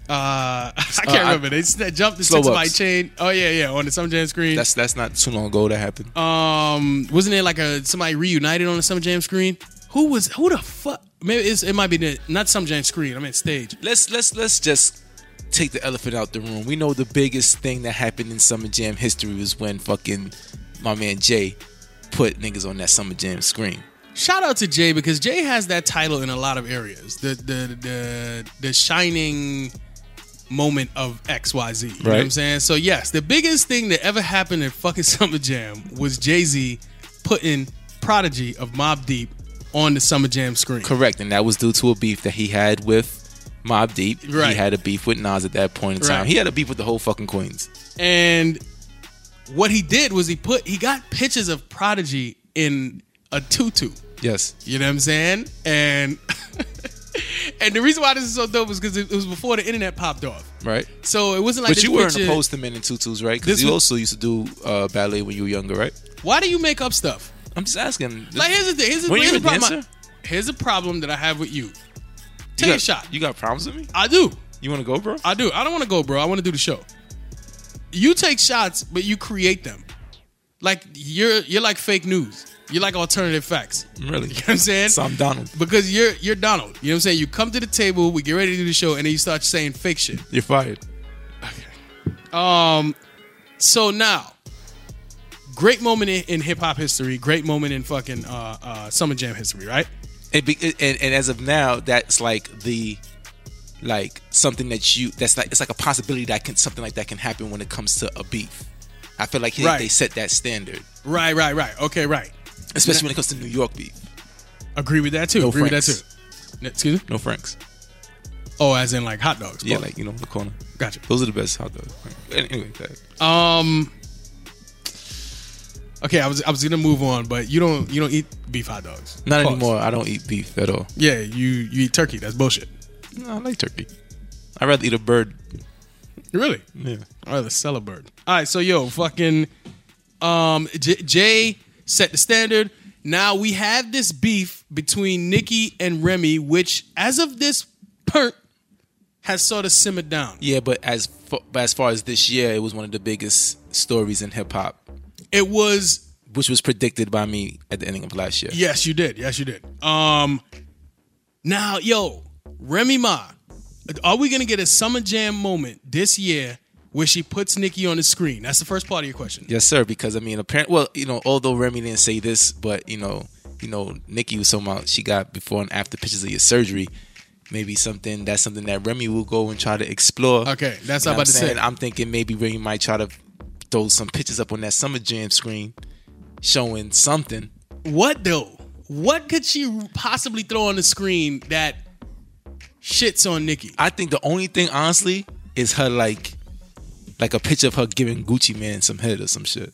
Speaker 2: Uh, I can't
Speaker 3: I-
Speaker 2: remember. They s- jumped the
Speaker 3: Slow
Speaker 2: six by
Speaker 3: Ups.
Speaker 2: chain. Oh yeah, yeah, on the Summer Jam screen.
Speaker 3: That's that's not too long ago that happened.
Speaker 2: um, wasn't there like a somebody reunited on the Summer Jam screen? Who was who the fuck? Maybe it's, it might be the, not Summer Jam screen. I mean stage.
Speaker 3: let's let's let's just take the elephant out the room. We know the biggest thing that happened in Summer Jam history was when fucking my man Jay put niggas on that Summer Jam screen.
Speaker 2: Shout out to Jay because Jay has that title in a lot of areas. The the the the shining moment of XYZ. You know what I'm
Speaker 3: Right.
Speaker 2: saying? So yes, the biggest thing that ever happened in fucking Summer Jam was Jay-Z putting Prodigy of Mob Deep on the Summer Jam screen.
Speaker 3: Correct, and that was due to a beef that he had with Mob Deep.
Speaker 2: Right.
Speaker 3: He had a beef with Nas at that point in time.
Speaker 2: Right.
Speaker 3: He had a beef with the whole fucking Queens.
Speaker 2: And what he did was he put he got pictures of Prodigy in a tutu.
Speaker 3: Yes.
Speaker 2: You know what I'm saying? And And the reason why this is so dope is because it, it was before the internet popped off.
Speaker 3: right?
Speaker 2: So it wasn't like
Speaker 3: But
Speaker 2: this
Speaker 3: you weren't
Speaker 2: picture-
Speaker 3: opposed to men in tutus, right?
Speaker 2: This
Speaker 3: Because you
Speaker 2: was-
Speaker 3: also used to do uh, ballet when you were younger, right?
Speaker 2: Why do you make up stuff?
Speaker 3: I'm just asking.
Speaker 2: Like here's the thing. Here's, the
Speaker 3: Were you
Speaker 2: here's
Speaker 3: a
Speaker 2: the problem.
Speaker 3: dancer?
Speaker 2: I- here's a problem that I have with you.
Speaker 3: You
Speaker 2: Take
Speaker 3: got-
Speaker 2: a shot.
Speaker 3: You got problems with me?
Speaker 2: I do.
Speaker 3: You want to go, bro?
Speaker 2: I do. I don't want to go, bro. I want to do the show. You take shots, but you create them. Like you're you're like fake news. You're like alternative facts. You know
Speaker 3: really?
Speaker 2: what I'm saying?
Speaker 3: So I'm Donald.
Speaker 2: Because you're you're Donald. You know what I'm saying? You come to the table, we get ready to do the show, and then you start saying fake shit.
Speaker 3: You're fired.
Speaker 2: So now, great moment in, in hip hop history, great moment in fucking uh, uh, Summer Jam history, right?
Speaker 3: And, be, and and as of now, that's like the like something that you that's like it's like a possibility that can something like that can happen when it comes to a beef. I feel like they-
Speaker 2: Right.
Speaker 3: they set that standard,
Speaker 2: Right, right, right. Okay, right.
Speaker 3: especially when it comes to New York beef.
Speaker 2: Agree with that too.
Speaker 3: No
Speaker 2: Agree
Speaker 3: Franks.
Speaker 2: with that too. N- Excuse me?
Speaker 3: No Franks.
Speaker 2: Oh, as in like hot dogs.
Speaker 3: Yeah,
Speaker 2: Oh,
Speaker 3: like you know the corner.
Speaker 2: gotcha.
Speaker 3: Those are the best hot dogs. Anyway, that-
Speaker 2: Um. Okay, I was I was gonna move on, but you don't you don't eat beef hot dogs.
Speaker 3: not
Speaker 2: Pause.
Speaker 3: anymore. I don't eat beef at all.
Speaker 2: Yeah, you you eat turkey. That's bullshit.
Speaker 3: No, I like turkey. I'd rather eat a bird.
Speaker 2: Really?
Speaker 3: Yeah.
Speaker 2: I'd rather sell a bird. All right, so yo, fucking, um, J- Jay set the standard. Now we have this beef between Nikki and Remy, which as of this pert has sort of simmered down.
Speaker 3: Yeah, but as fa- but as far as this year, it was one of the biggest stories in hip hop,
Speaker 2: It was
Speaker 3: which was predicted by me at the ending of last year.
Speaker 2: Yes, you did. Yes, you did. Um, now, yo, Remy Ma, are we gonna get a summer jam moment this year where she puts Nikki on the screen? That's the first part of your question.
Speaker 3: Yes, sir. Because I mean, apparent. Well, you know, although Remy didn't say this, but you know, you know, Nikki was talking about she got before and after pictures of your surgery. Maybe something that's something that Remy will go and try to explore.
Speaker 2: Okay, that's
Speaker 3: You know
Speaker 2: what I'm about
Speaker 3: what
Speaker 2: to
Speaker 3: I'm saying?
Speaker 2: say.
Speaker 3: I'm thinking maybe Remy might try to throw some pictures up on that summer jam screen, showing something.
Speaker 2: What though? What could she possibly throw on the screen that shits on Nikki?
Speaker 3: I think the only thing, honestly, is her like, like a picture of her giving Gucci man some head or some shit,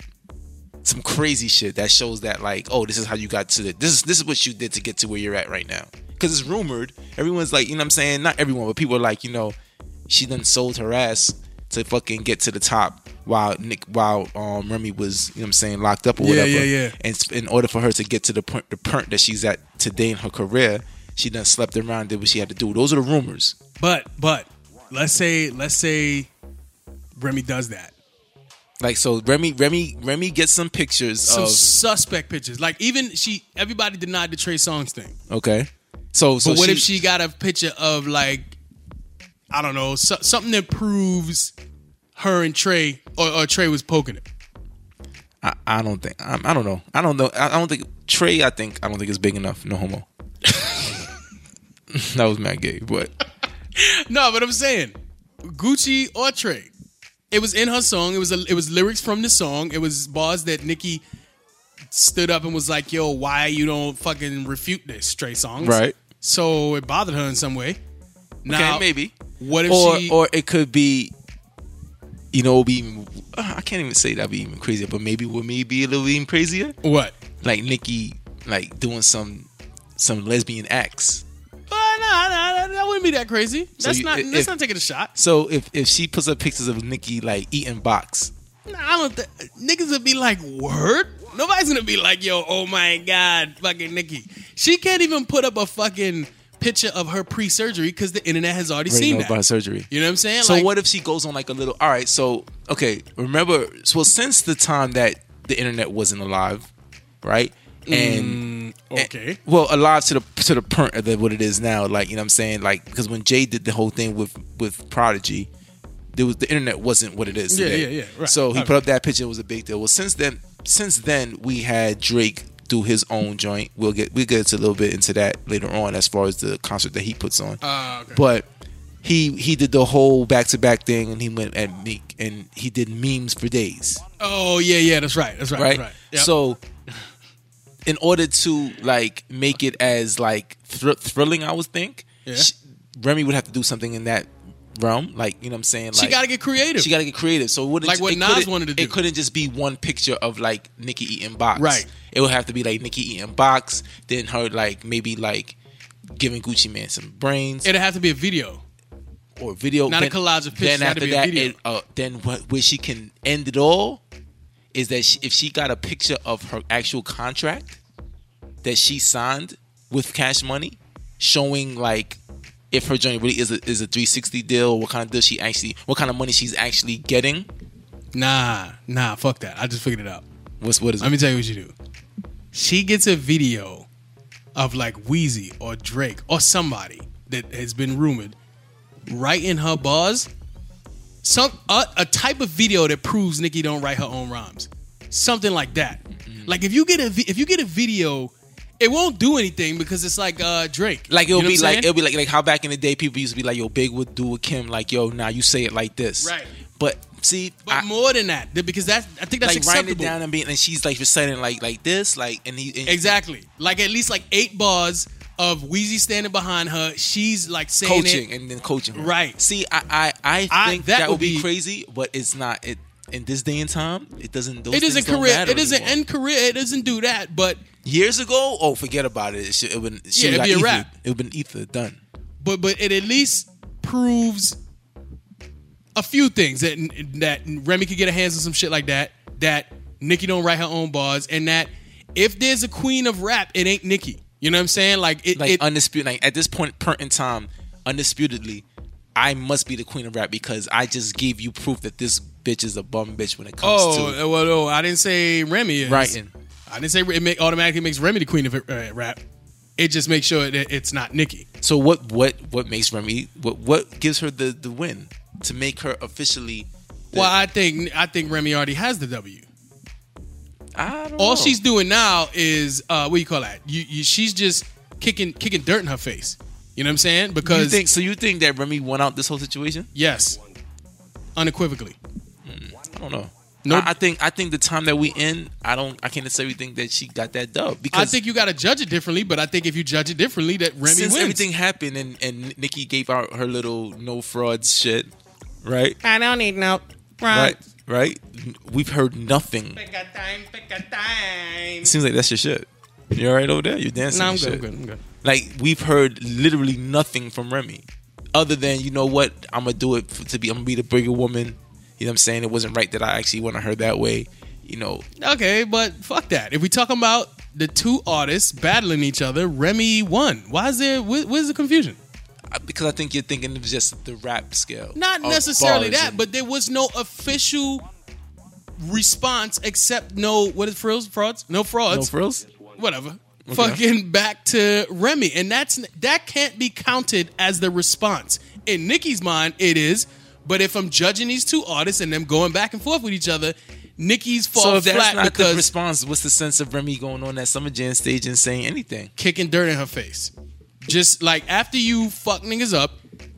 Speaker 3: some crazy shit that shows that like, oh, this is how you got to the, this is this is what you did to get to where you're at right now. Because it's rumored, everyone's like, you know, what I'm saying, not everyone, but people are like, you know, she done sold her ass to fucking get to the top while Nick, while um Remy was, you know, what I'm saying, locked up or
Speaker 2: Yeah,
Speaker 3: whatever.
Speaker 2: yeah, yeah.
Speaker 3: And s- in order for her to get to the point, the point that she's at today in her career. She done slept around, did what she had to do. Those are the rumors.
Speaker 2: But but let's say let's say Remy does that.
Speaker 3: Like so, Remy, Remy, Remy gets some pictures
Speaker 2: Some
Speaker 3: of
Speaker 2: suspect pictures. Like even she everybody denied the Trey Songs thing.
Speaker 3: okay. So, so
Speaker 2: But what if she got a picture of like, I don't know, so, something that proves her and Trey or, or Trey was poking it.
Speaker 3: I, I don't think. I, I don't know. I don't know. I, I don't think Trey. I think I don't think it's big enough. No homo. that was Matt Gay, but
Speaker 2: No, but I'm saying Gucci or Trey. It was in her song. It was a, it was lyrics from the song. It was bars that Nikki stood up and was like, "Yo, why you don't fucking refute this Trey songs?"
Speaker 3: Right.
Speaker 2: So it bothered her in some way. Now,
Speaker 3: okay, maybe.
Speaker 2: What if
Speaker 3: Or
Speaker 2: she?
Speaker 3: or it could be. You know, it'd be even, I can't even say that'd be even crazier, but maybe would me be a little even crazier?
Speaker 2: what?
Speaker 3: Like Nikki, like doing some some lesbian acts.
Speaker 2: Well, nah, nah, that wouldn't be that crazy. That's
Speaker 3: you-
Speaker 2: not.
Speaker 3: if-
Speaker 2: that's not taking a shot.
Speaker 3: So if if she puts up pictures of Nikki like eating box,
Speaker 2: Nah, I don't think niggas would be like, word? Nobody's gonna be like, yo, oh my god, fucking Nikki. She can't even put up a fucking picture of her pre surgery because the internet has already
Speaker 3: Already
Speaker 2: seen
Speaker 3: know
Speaker 2: that.
Speaker 3: about her surgery.
Speaker 2: You know what I'm saying?
Speaker 3: So
Speaker 2: Like,
Speaker 3: what if she goes on like a little? All right, so okay, remember? Well, since the time that the internet wasn't alive, right? And
Speaker 2: Mm, Okay.
Speaker 3: and- well, alive to the to the point of the, what it is now. Like you know, what I'm saying like because when Jay did the whole thing with with Prodigy, there was the internet wasn't what it is.
Speaker 2: Yeah,
Speaker 3: today.
Speaker 2: yeah, yeah, right.
Speaker 3: So he
Speaker 2: Okay.
Speaker 3: put up that picture. It was a big deal. Well, since then, since then we had Drake do his own joint. We'll get we get a little bit into that later on as far as the concert that he puts on.
Speaker 2: Ah, okay.
Speaker 3: But he he did the whole back to back thing, and he went at Meek, and he did memes for days,
Speaker 2: Oh yeah, yeah, that's right. That's right.
Speaker 3: right?
Speaker 2: That's right. Yep.
Speaker 3: So, in order to like make it as like thr- thrilling, I would think
Speaker 2: Yeah.
Speaker 3: sh- Remy would have to do something in that realm, like you know what I'm saying. Like,
Speaker 2: she gotta get creative.
Speaker 3: she got to get creative. So it wouldn't
Speaker 2: Like what
Speaker 3: it
Speaker 2: Nas
Speaker 3: couldn't-
Speaker 2: wanted to do.
Speaker 3: It couldn't just be one picture of like Nikki eating box.
Speaker 2: Right.
Speaker 3: It would have to be like Nikki eating box, then her like maybe like giving Gucci Man some brains
Speaker 2: It'd have to be a video.
Speaker 3: or video.
Speaker 2: Not a collage of pictures,
Speaker 3: Then
Speaker 2: that'd
Speaker 3: after
Speaker 2: be a
Speaker 3: that,
Speaker 2: video.
Speaker 3: It, uh, then what, where she can end it all is that she, if she got a picture of her actual contract that she signed with Cash Money, showing like if her journey really is a, is a 360 deal, what kind of deal she actually, what kind of money she's actually getting.
Speaker 2: Nah, nah, fuck that. I just figured it out.
Speaker 3: What's what is it?
Speaker 2: Let me tell you what you do. She gets a video of like Wheezy or Drake or somebody that has been rumored writing her bars. Some a, a type of video that proves Nicki don't write her own rhymes. Something like that.
Speaker 3: Mm-hmm.
Speaker 2: Like if you get a vi- if you get a video, it won't do anything because it's like uh Drake.
Speaker 3: Like it'll
Speaker 2: You know
Speaker 3: be
Speaker 2: what I'm
Speaker 3: like
Speaker 2: saying?
Speaker 3: it'll be like like how back in the day people used to be like, yo, Big would do with Kim, like, yo, now you say it like this.
Speaker 2: Right.
Speaker 3: But see,
Speaker 2: but
Speaker 3: I-
Speaker 2: more than that th- because that's I think that's
Speaker 3: like writing it
Speaker 2: acceptable.
Speaker 3: down and being and she's like reciting like like this, like and he and
Speaker 2: Exactly. Like at least like eight bars of Wheezy standing behind her. She's like saying it.
Speaker 3: coaching and then coaching. her.
Speaker 2: Right.
Speaker 3: See, I I, I
Speaker 2: I-
Speaker 3: think
Speaker 2: that
Speaker 3: that,
Speaker 2: would
Speaker 3: would be,
Speaker 2: be-
Speaker 3: crazy, but it's not it in this day and time, it doesn't those
Speaker 2: it
Speaker 3: things
Speaker 2: isn't
Speaker 3: don't
Speaker 2: career.
Speaker 3: matter
Speaker 2: It isn't
Speaker 3: anymore.
Speaker 2: end career. It doesn't do that. But
Speaker 3: years ago, oh forget about it. It should it would
Speaker 2: Yeah, it'd be a wrap.
Speaker 3: It would been ether done.
Speaker 2: but but it at least proves a few things that that Remy could get her hands on some shit like that. That Nicki don't write her own bars, and that if there's a queen of rap, it ain't Nicki. You know what I'm saying? Like it.
Speaker 3: like
Speaker 2: it
Speaker 3: undisputed like at this point point in time undisputedly i must be the queen of rap because i just gave you proof that this bitch is a bum bitch when it comes
Speaker 2: oh
Speaker 3: to
Speaker 2: well, oh, I didn't say Remy is
Speaker 3: Writing.
Speaker 2: I didn't say it make, automatically makes Remy the queen of uh, rap. It just makes sure that it's not Nicki.
Speaker 3: so what what what makes remy what what gives her the the win to make her officially the,
Speaker 2: Well, I think I think Remy already has the W.
Speaker 3: I don't
Speaker 2: All
Speaker 3: know.
Speaker 2: she's doing now is uh, what do you call that? You, you, she's just kicking kicking dirt in her face. You know what I'm saying?
Speaker 3: you
Speaker 2: Because
Speaker 3: think so you think that remy won out this whole situation
Speaker 2: yes, unequivocally.
Speaker 3: i don't know
Speaker 2: No.
Speaker 3: I, I think I think the time that we in, I don't I can't necessarily think that she got that dub because
Speaker 2: I think you got to judge it differently, but I think if you judge it differently, that Remy
Speaker 3: since
Speaker 2: wins.
Speaker 3: everything happened and and Nikki gave out her little no fraud shit, right?
Speaker 5: I don't need no.
Speaker 3: right, right. We've heard nothing.
Speaker 5: Pick a time, pick a time.
Speaker 3: It seems like that's your shit. You all right over there? You're dancing.
Speaker 5: No, I'm
Speaker 3: and
Speaker 5: good,
Speaker 3: shit.
Speaker 5: I'm good, I'm good.
Speaker 3: Like we've heard literally nothing from Remy, other than you know what I'm gonna do it f to be I'm gonna be the bigger woman. You know what I'm saying? It wasn't right that I actually wanted her that way. You know,
Speaker 2: Okay, but fuck that. If we talk about the two artists battling each other, Remy won. Why is there? Where, where's the confusion?
Speaker 3: I- because I think you're thinking of just the rap scale.
Speaker 2: Not
Speaker 3: of
Speaker 2: necessarily
Speaker 3: bars
Speaker 2: that,
Speaker 3: and-
Speaker 2: but there was no official response except no what is frills frauds no frauds
Speaker 3: no frills.
Speaker 2: whatever. Fucking back to Remy, and that's that can't be counted as the response in Nikki's mind. It is, but if I'm judging these two artists and them going back and forth with each other, Nikki's fall
Speaker 3: So if that's
Speaker 2: flat
Speaker 3: not the
Speaker 2: because
Speaker 3: response, what's the sense of Remy going on that Summer Jam stage and saying anything?
Speaker 2: kicking dirt in her face. Just like after you fuck niggas up,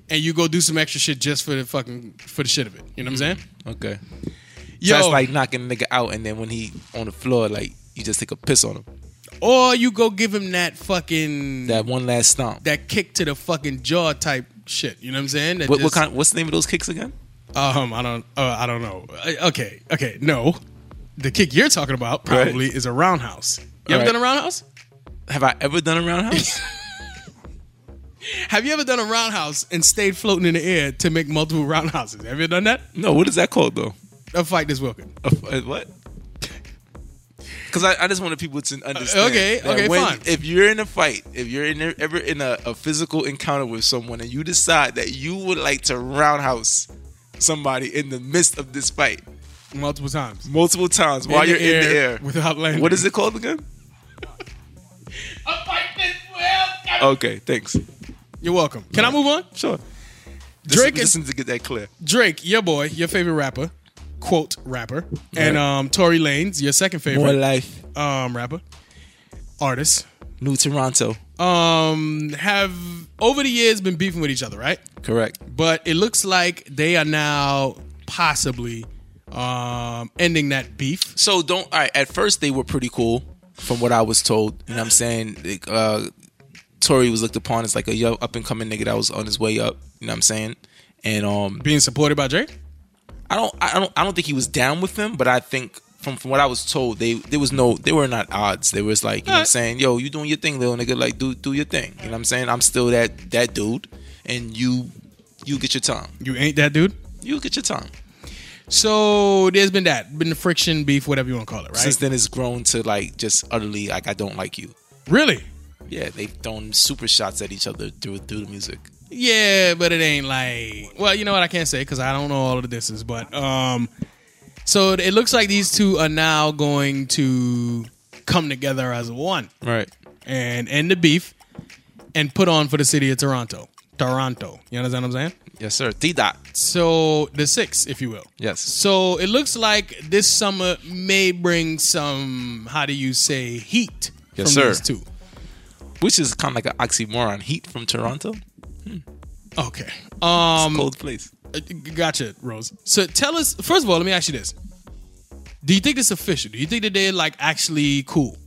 Speaker 2: and you go do some extra shit just for the fucking for the shit of it. You know what I'm saying?
Speaker 3: Okay. Mm-hmm. So
Speaker 2: Yo,
Speaker 3: that's like knocking a nigga out, and then when he on the floor, like you just take a piss on him.
Speaker 2: or you go give him that fucking that,
Speaker 3: That one last stomp.
Speaker 2: kick to the fucking jaw type shit. You know what I'm saying? That
Speaker 3: what, what
Speaker 2: just-
Speaker 3: kind? What's the name of those kicks again?
Speaker 2: Um, I don't. Uh, I don't know. Uh, okay, okay, no. The kick you're talking about probably is a roundhouse. You ever
Speaker 3: Right.
Speaker 2: done a roundhouse?
Speaker 3: Have I ever done a roundhouse?
Speaker 2: Have you ever done a roundhouse and stayed floating in the air to make multiple roundhouses? Have you done that?
Speaker 3: no. What is that called though?
Speaker 2: A fight this Wilkin.
Speaker 3: A f- a what? Because I, I just wanted people to understand.
Speaker 2: Uh, okay,
Speaker 3: that
Speaker 2: okay,
Speaker 3: when-
Speaker 2: fine.
Speaker 3: If you're in a fight, if you're in a, ever in a, a physical encounter with someone, and you decide that you would like to roundhouse somebody in the midst of this fight
Speaker 2: multiple times
Speaker 3: multiple times while
Speaker 2: the
Speaker 3: you're in the
Speaker 2: air
Speaker 3: air
Speaker 2: without landing.
Speaker 3: What is it called again? Okay, thanks.
Speaker 2: You're welcome. Can I move on?
Speaker 3: Sure.
Speaker 2: Drake
Speaker 3: Drake
Speaker 2: is-
Speaker 3: is to get that clear.
Speaker 2: Drake, your boy, your favorite rapper, quote rapper, and um, Tory Lanez, your second favorite
Speaker 3: life,
Speaker 2: um rapper, artist,
Speaker 3: New Toronto.
Speaker 2: um, have over the years been beefing with each other, right?
Speaker 3: Correct.
Speaker 2: but it looks like they are now possibly um, ending that beef.
Speaker 3: So don't. All right. At first, they were pretty cool, from what I was told. You know what I'm saying? Like, Uh, Tory was looked upon as like a young up and coming nigga that was on his way up. You know what I'm saying? And um,
Speaker 2: Being supported by Drake,
Speaker 3: I don't, I don't, I don't think he was down with them, but I think from, from what I was told, they there was no they were not odds. They was like, you know what I'm saying, yo, you doing your thing, little nigga, like do do your thing. You know what I'm saying? I'm still that that dude and you you get your time.
Speaker 2: You ain't that dude.
Speaker 3: You get your time.
Speaker 2: So there's been that, been the friction, beef, whatever you want to call it, right?
Speaker 3: Since then it's grown to like just utterly like I don't like you.
Speaker 2: really?
Speaker 3: Yeah, they've thrown super shots at each other through through the music.
Speaker 2: Yeah, but it ain't like. Well, you know what I can't say because I don't know all of the distance. But um, so it looks like these two are now going to come together as one
Speaker 3: Right.
Speaker 2: and end the beef and put on for the city of Toronto. Toronto, you understand what I'm saying?
Speaker 3: Yes, sir. T dot.
Speaker 2: So the six, if you will.
Speaker 3: Yes.
Speaker 2: So it looks like this summer may bring some. How do you say heat from
Speaker 3: Yes, sir.
Speaker 2: these two?
Speaker 3: Which is kind of like an oxymoron. Heat from Toronto.
Speaker 2: Okay. Um,
Speaker 3: Cold place.
Speaker 2: Uh, Gotcha, Rose. So tell us first of all. Let me ask you this: Do you think it's official? Do you think that they're like actually cool?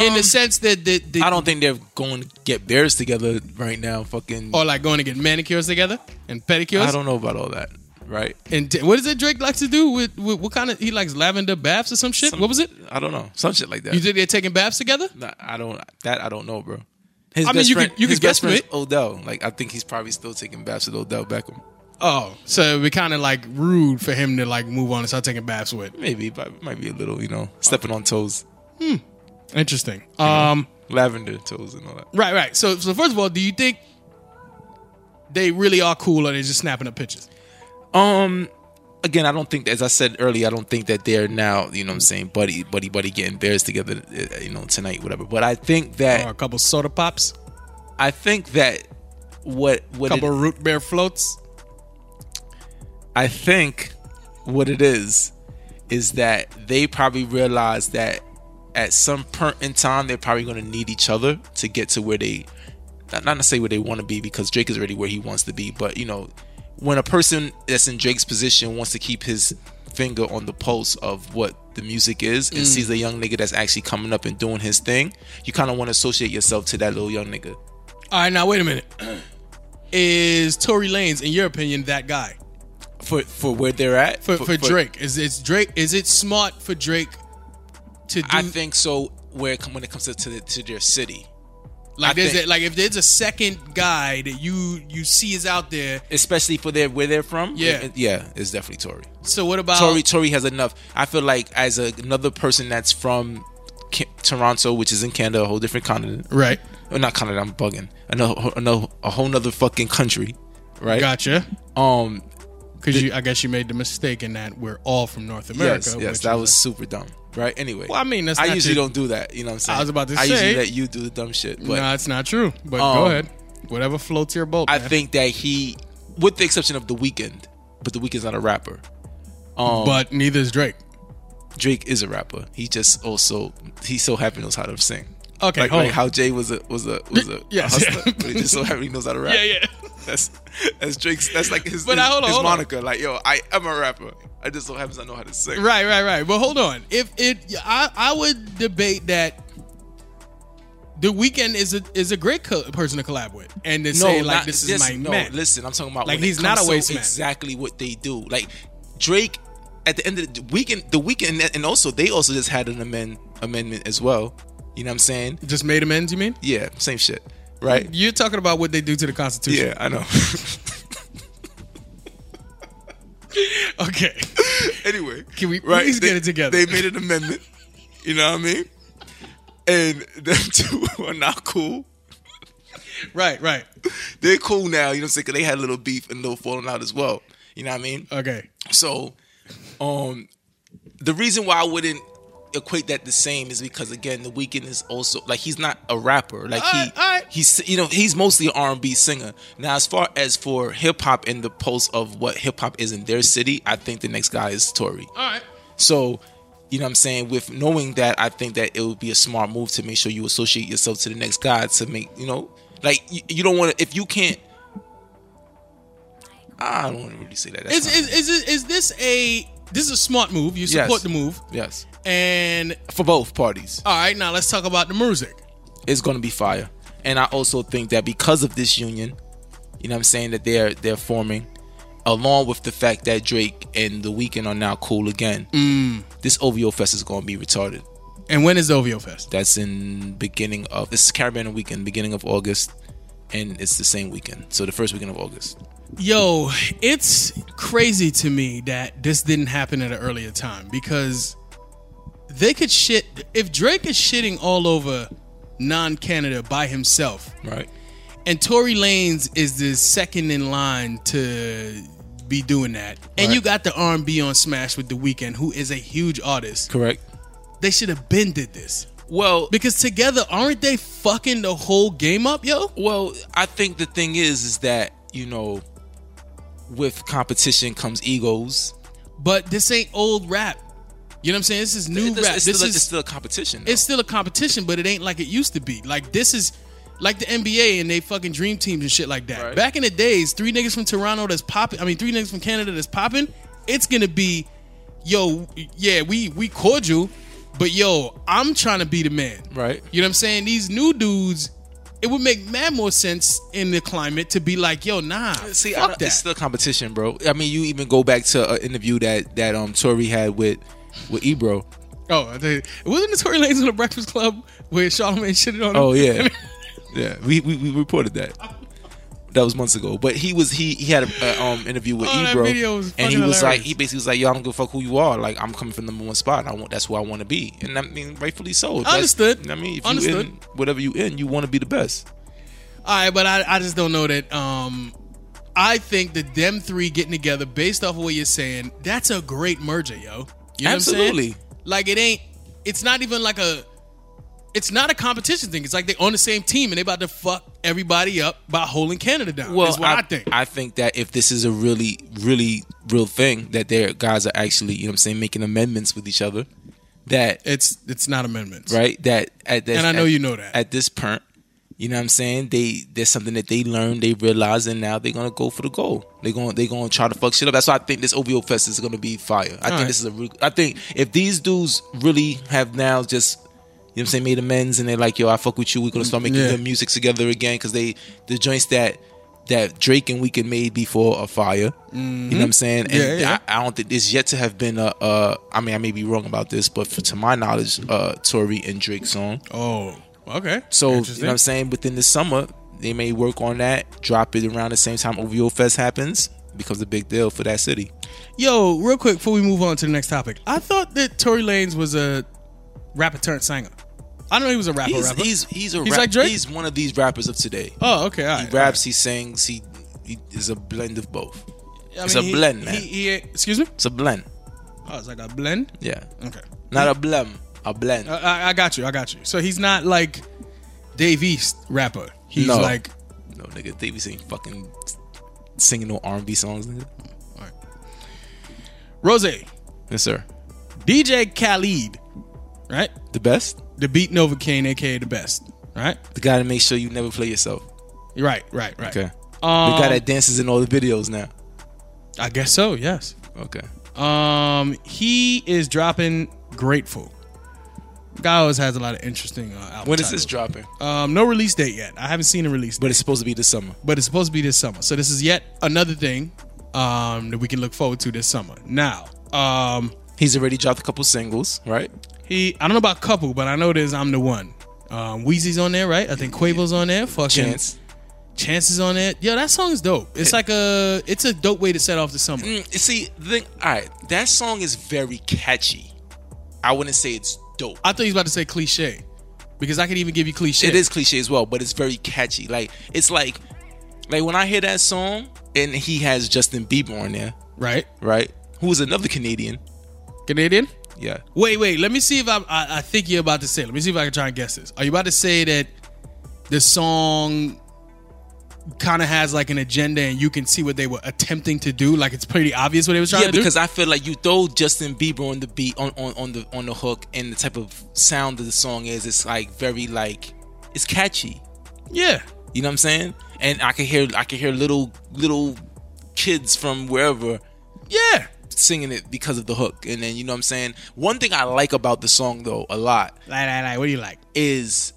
Speaker 2: In the sense that the, the
Speaker 3: Um, I don't think they're going to get theirs together right now. Fucking.
Speaker 2: or like going to get manicures together and pedicures.
Speaker 3: I don't know about all that. Right.
Speaker 2: And t- what is it Drake likes to do with, with what kind of he likes lavender baths or some shit?
Speaker 3: Some-
Speaker 2: what was it?
Speaker 3: I don't know. Some shit like that.
Speaker 2: You think they're taking baths together?
Speaker 3: Nah, I don't. That I don't know, bro. His
Speaker 2: I mean, you could- you
Speaker 3: his
Speaker 2: could guess
Speaker 3: best friend's
Speaker 2: from
Speaker 3: Odell. Like I think he's probably still taking baths with Odell Beckham.
Speaker 2: Oh, so it'd be kind of like rude for him to like move on and start taking baths with.
Speaker 3: Maybe, but might be a little, you know, stepping on toes,
Speaker 2: Interesting. Um,
Speaker 3: lavender toes, and all that.
Speaker 2: right, right. So, so first of all, do you think they really are cool or they're just snapping up pictures?
Speaker 3: Um, again, I don't think, as I said earlier, I don't think that they're now, you know, what I'm saying, buddy, buddy, buddy, getting theirs together, uh, you know, tonight, whatever. But I think
Speaker 2: or a
Speaker 3: that
Speaker 2: couple soda pops,
Speaker 3: I think that what what it-
Speaker 2: couple root beer floats.
Speaker 3: I think what it is is that they probably realize that at some point in time they're probably going to need each other to get to where they not not to say where they want to be because Drake is already where he wants to be, but you know, when a person that's in Drake's position wants to keep his finger on the pulse of what the music is
Speaker 2: Mm.
Speaker 3: and sees a young nigga that's actually coming up and doing his thing, you kind of want to associate yourself to that little young nigga.
Speaker 2: All right, now wait a minute. Is Tory Lanez, in your opinion, that guy
Speaker 3: For for where they're at
Speaker 2: for, for, Drake? Is it's Drake? Is it smart for Drake to do?
Speaker 3: I think so. Where it come, when it comes to to, the, to their city,
Speaker 2: like
Speaker 3: I
Speaker 2: there's
Speaker 3: think-
Speaker 2: a, like if there's a second guy that you you see is out there.
Speaker 3: especially for their where they're from,
Speaker 2: Yeah. Um,
Speaker 3: it- yeah, it's definitely Tory.
Speaker 2: So what about
Speaker 3: Tory Tory has enough. I feel like as a, another person that's from Ca- Toronto, which is in Canada, a whole different continent,
Speaker 2: Right,
Speaker 3: Well, not Canada. I'm bugging. Another, another a whole nother fucking country, right?
Speaker 2: gotcha.
Speaker 3: Um,
Speaker 2: Because you, I guess you made the mistake in that we're all from North America.
Speaker 3: yes,
Speaker 2: which
Speaker 3: yes, that
Speaker 2: is
Speaker 3: was
Speaker 2: like-
Speaker 3: super dumb, right? Anyway,
Speaker 2: Well, I mean, that's
Speaker 3: I
Speaker 2: not
Speaker 3: usually
Speaker 2: your-
Speaker 3: don't do that. You know what I'm saying?
Speaker 2: I was about to
Speaker 3: I
Speaker 2: say-
Speaker 3: usually let you do the dumb shit, but
Speaker 2: no, it's not true. But go
Speaker 3: Um,
Speaker 2: ahead, whatever floats your boat.
Speaker 3: I
Speaker 2: man.
Speaker 3: think that he, with the exception of the weekend, but the weekend's not a rapper. Um,
Speaker 2: but neither is Drake.
Speaker 3: Drake is a rapper. He just also he so happy knows how to sing.
Speaker 2: Okay,
Speaker 3: Like,
Speaker 2: hold
Speaker 3: like
Speaker 2: on.
Speaker 3: how Jay was a was a was a,
Speaker 2: Yes,
Speaker 3: a hustler,
Speaker 2: yeah.
Speaker 3: but he just so happy he knows how to rap.
Speaker 2: Yeah, yeah.
Speaker 3: That's that's Drake's. That's like his
Speaker 2: But
Speaker 3: his,
Speaker 2: now, hold on,
Speaker 3: his
Speaker 2: hold on.
Speaker 3: moniker. Like yo, I am a rapper. I just so happens I know how to sing.
Speaker 2: Right, right, right. But hold on. If it, I, I would debate that the weekend is a is a great co- person to collab with, and to say like
Speaker 3: not-
Speaker 2: this is
Speaker 3: listen,
Speaker 2: my
Speaker 3: no,
Speaker 2: man.
Speaker 3: Listen, I'm talking about
Speaker 2: Like,
Speaker 3: when it
Speaker 2: he's not
Speaker 3: comes
Speaker 2: a
Speaker 3: to
Speaker 2: waste man.
Speaker 3: Exactly what they do. Like Drake, at the end of the weekend, the weekend, and also they also just had an amend, amendment as well. You know what I'm saying?
Speaker 2: Just made amends. You mean?
Speaker 3: Yeah, same shit, right?
Speaker 2: You're talking about what they do to the Constitution.
Speaker 3: Yeah, I know.
Speaker 2: Okay.
Speaker 3: anyway,
Speaker 2: Can we please get it together?
Speaker 3: They made an amendment. You know what I mean? And them two are not cool.
Speaker 2: right. Right.
Speaker 3: They're cool now. You know what I'm saying? 'Cause they had a little beef and a little falling out as well. You know what I mean?
Speaker 2: Okay.
Speaker 3: So, um, the reason why I wouldn't equate that the same is because again, the weekend is also like he's not a rapper. Like he,
Speaker 2: Alright, alright.
Speaker 3: he's you know he's mostly an R and B singer. Now, as far as for hip hop and the pulse of what hip hop is in their city, I think the next guy is Tory.
Speaker 2: All right.
Speaker 3: So, you know what I'm saying? With knowing that, I think that it would be a smart move to make sure you associate yourself to the next guy to make, you know, like you, you don't want to, if you can't, I don't want to really say that. That's
Speaker 2: Is
Speaker 3: not-
Speaker 2: is, is is is this a this is a smart move? You
Speaker 3: Yes.
Speaker 2: support the move,
Speaker 3: Yes.
Speaker 2: and
Speaker 3: For both parties,
Speaker 2: all right. Now let's talk about the music.
Speaker 3: it's going to be fire. And I also think that because of this union, you know what I'm saying, that they're they're forming, along with the fact that Drake and The Weeknd are now cool again,
Speaker 2: Mm.
Speaker 3: this OVO Fest is going to be retarded.
Speaker 2: And when is the OVO Fest?
Speaker 3: That's in beginning of this is Caribbean weekend, beginning of August, and it's the same weekend. So the first weekend of August.
Speaker 2: Yo, it's crazy to me that this didn't happen at an earlier time because they could shit. If Drake is shitting all over non Canada by himself,
Speaker 3: Right.
Speaker 2: and Tory Lanez is the second in line to be doing that, and
Speaker 3: Right.
Speaker 2: you got the R&B on Smash with The Weeknd, who is a huge artist,
Speaker 3: Correct.
Speaker 2: they should have been did this.
Speaker 3: Well,
Speaker 2: Because together, aren't they fucking the whole game up, yo?
Speaker 3: Well, I think the thing is, is that you know, with competition comes egos.
Speaker 2: But this ain't old rap. You know what I'm saying? This is new
Speaker 3: It's,
Speaker 2: rap.
Speaker 3: it's
Speaker 2: this
Speaker 3: still,
Speaker 2: is
Speaker 3: it's still a competition. though.
Speaker 2: it's still a competition, but it ain't like it used to be. Like this is like the NBA and they fucking dream teams and shit like that.
Speaker 3: Right.
Speaker 2: Back in the days, three niggas from Toronto that's popping. I mean, three niggas from Canada that's popping. It's gonna be, yo, yeah, we we cordial, but yo, I'm trying to be the man.
Speaker 3: Right.
Speaker 2: You know what I'm saying? These new dudes. It would make mad more sense in the climate to be like, yo, nah,
Speaker 3: See, I
Speaker 2: fuck
Speaker 3: don't-
Speaker 2: that.
Speaker 3: it's still competition, bro. I mean, you even go back to an interview that that um Tory had with with Ebro.
Speaker 2: oh, they, wasn't the Tory Lanez on the Breakfast Club where Charlamagne shitted on him?
Speaker 3: Oh yeah, yeah. We, we we reported that. That was months ago, but he was he he had a uh, um interview with
Speaker 2: Oh, that
Speaker 3: Ebro,
Speaker 2: video was
Speaker 3: and he
Speaker 2: fucking
Speaker 3: was like
Speaker 2: hilarious.
Speaker 3: he basically was like, "Yo, I don't give a fuck who you are. Like, I'm coming from number one spot. And I want that's who I want to be." And I mean, rightfully so. That's-
Speaker 2: Understood.
Speaker 3: you know what I mean, if you
Speaker 2: Understood.
Speaker 3: in whatever you in, you want to be the best.
Speaker 2: All right, but I, I just don't know that. Um, I think that them three getting together, based off of what you're saying, that's a great merger, yo. You know
Speaker 3: Absolutely.
Speaker 2: What I'm saying? Like it ain't. It's not even like a. It's not a competition thing. It's like they on the same team and they about to fuck everybody up by holding Canada down. Well, is what I, think.
Speaker 3: I think that if this is a really, really real thing, that their guys are actually, you know, what I'm saying, making amendments with each other. That
Speaker 2: it's it's not amendments,
Speaker 3: right? That at this,
Speaker 2: And I know
Speaker 3: at-
Speaker 2: you know that.
Speaker 3: at this point, you know what I'm saying? They there's something that they learned, they realize, and now they're gonna go for the goal. They're gonna they're gonna try to fuck shit up. That's why I think this OVO fest is gonna be fire. I think
Speaker 2: right.
Speaker 3: this is a real, I think if these dudes really have now just you know what I'm saying made amends and they're like, yo, I fuck with you. We're gonna start making
Speaker 2: Yeah.
Speaker 3: good music together again because they the joints that. That Drake and Weekend made before a fire,
Speaker 2: Mm-hmm.
Speaker 3: you know what I'm saying, and
Speaker 2: Yeah, yeah.
Speaker 3: I, I don't think it's yet to have been a. Uh, I mean, I may be wrong about this, but for, to my knowledge, uh, Tory and Drake song.
Speaker 2: Oh, okay.
Speaker 3: So you know
Speaker 2: Interesting.
Speaker 3: what I'm saying. Within the summer, they may work on that, drop it around the same time OVO Fest happens, becomes a big deal for that city.
Speaker 2: yo, real quick before we move on to the next topic, I thought that Tory Lanez was a rapper turned singer. I know he was a rapper.
Speaker 3: He's
Speaker 2: rapper.
Speaker 3: he's he's a
Speaker 2: He's
Speaker 3: rap-
Speaker 2: like Drake?
Speaker 3: he's one of these rappers of today.
Speaker 2: oh, okay. All right,
Speaker 3: He raps, he sings, he, he is a blend of both.
Speaker 2: I
Speaker 3: It's
Speaker 2: mean,
Speaker 3: a
Speaker 2: he-
Speaker 3: blend, man.
Speaker 2: He, he- excuse me.
Speaker 3: It's a blend.
Speaker 2: Oh, it's like a blend.
Speaker 3: Yeah,
Speaker 2: Okay,
Speaker 3: not a blem, a blend.
Speaker 2: I, I, I got you. I got you. So he's not like Dave East rapper. He's
Speaker 3: No.
Speaker 2: like
Speaker 3: no nigga, they be saying fucking singing no R&B songs. Nigga.
Speaker 2: Rose,
Speaker 3: Yes, sir.
Speaker 2: DJ Khalid, right?
Speaker 3: The best.
Speaker 2: The Beat Nova Kane, aka the best, right?
Speaker 3: The guy to make sure you never play yourself.
Speaker 2: Right, right, right.
Speaker 3: Okay.
Speaker 2: Um,
Speaker 3: the guy that dances in all the videos now.
Speaker 2: I guess so. Yes.
Speaker 3: Okay.
Speaker 2: Um, he is dropping Grateful. Guy always has a lot of interesting uh, album
Speaker 3: When is this
Speaker 2: titles.
Speaker 3: dropping?
Speaker 2: Um, no release date yet. I haven't seen a release. date.
Speaker 3: But it's supposed to be this summer.
Speaker 2: but it's supposed to be this summer. So this is yet another thing um, that we can look forward to this summer. Now, um,
Speaker 3: He's already dropped a couple singles, right?
Speaker 2: he I don't know about couple, but I know there's I'm the one. Um, Wheezy's on there, right? I think Quavo's on there. Fucking
Speaker 3: Chance.
Speaker 2: Chance is on it. Yo, that song is dope. It's like a it's a dope way to set off the summer.
Speaker 3: Mm, see, the thing, all right, that song is very catchy. I wouldn't say it's dope.
Speaker 2: I thought he was about to say cliche because I could even give you cliche.
Speaker 3: It is cliche as well, but it's very catchy. Like it's like, like when I hear that song and he has Justin Bieber on there,
Speaker 2: right,
Speaker 3: right? Who is another Canadian?
Speaker 2: Canadian.
Speaker 3: Yeah.
Speaker 2: Wait, wait. Let me see if I'm, I I think you're about to say. Let me see if I can try and guess this. Are you about to say that the song kind of has like an agenda and you can see what they were attempting to do? Like it's pretty obvious what they was trying
Speaker 3: Yeah,
Speaker 2: to do.
Speaker 3: because I feel like you throw Justin Bieber on the beat on, on, on the on the hook and the type of sound that the song is, it's like very like it's catchy.
Speaker 2: yeah,
Speaker 3: You know what I'm saying? And I can hear I can hear little little kids from wherever
Speaker 2: yeah.
Speaker 3: singing it because of the hook. And then you know what I'm saying? One thing I like about the song though a lot
Speaker 2: Like, like, like. What do you like?
Speaker 3: is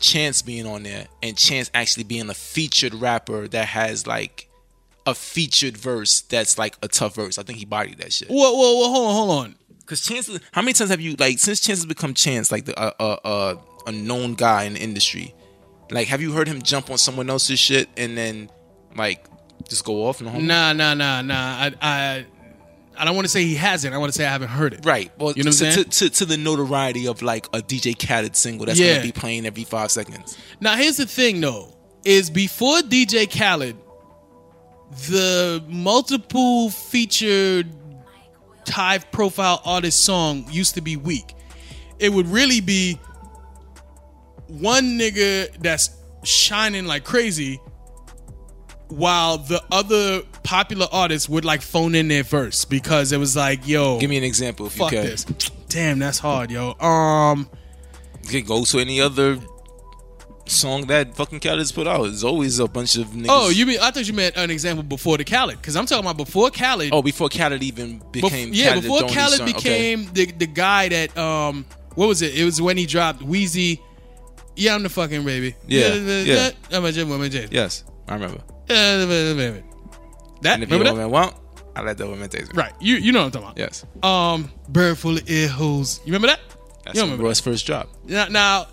Speaker 3: Chance being on there and Chance actually being a featured rapper that has like a featured verse that's like a tough verse. I think he bodied that shit.
Speaker 2: Whoa, whoa, whoa, hold on, hold on.
Speaker 3: Cause chances, how many times have you like since chances become chance, like the uh, uh, uh, a known guy in the industry? Like, have you heard him jump on someone else's shit and then like just go off? No, homo?
Speaker 2: Nah, nah, nah, nah. I, I, I don't want to say he hasn't. I want to say I haven't heard it.
Speaker 3: Right. Well,
Speaker 2: You know what
Speaker 3: to,
Speaker 2: I'm saying?
Speaker 3: to, to, to the notoriety of like a DJ Khaled single that's
Speaker 2: Yeah.
Speaker 3: gonna be playing every five seconds.
Speaker 2: Now, here's the thing, though, is before DJ Khaled, the multiple featured high profile artist song used to be weak. It would really be one nigga that's shining like crazy while the other popular artists would like phone in their verse because it was like, yo,
Speaker 3: Give me an example if
Speaker 2: fuck
Speaker 3: you can.
Speaker 2: this. Damn, that's hard, yo. Um,
Speaker 3: You can go to any other song that fucking Khaled's put out. It's always a bunch of niggas.
Speaker 2: Oh, you mean I thought you meant an example before the Khaled because I'm talking about before Khaled.
Speaker 3: Oh, before Khaled even
Speaker 2: bef-
Speaker 3: became
Speaker 2: yeah,
Speaker 3: Khaled
Speaker 2: before
Speaker 3: Adonis
Speaker 2: Khaled
Speaker 3: Son. Okay.
Speaker 2: became the the guy that um what was it? It was when he dropped Wheezy. Yeah, I'm the fucking baby.
Speaker 3: Yeah, yeah.
Speaker 2: I'm a gym, I'm a gym.
Speaker 3: Yes, I remember.
Speaker 2: Uh, wait, wait, wait. That
Speaker 3: And if you
Speaker 2: remember that?
Speaker 3: woman won't, I let the woman taste me.
Speaker 2: Right, you you know what I'm talking about.
Speaker 3: Yes.
Speaker 2: Um, bird full of ear holes. You remember that?
Speaker 3: That's
Speaker 2: you
Speaker 3: yeah,
Speaker 2: don't remember
Speaker 3: Roy's first drop.
Speaker 2: Now, now,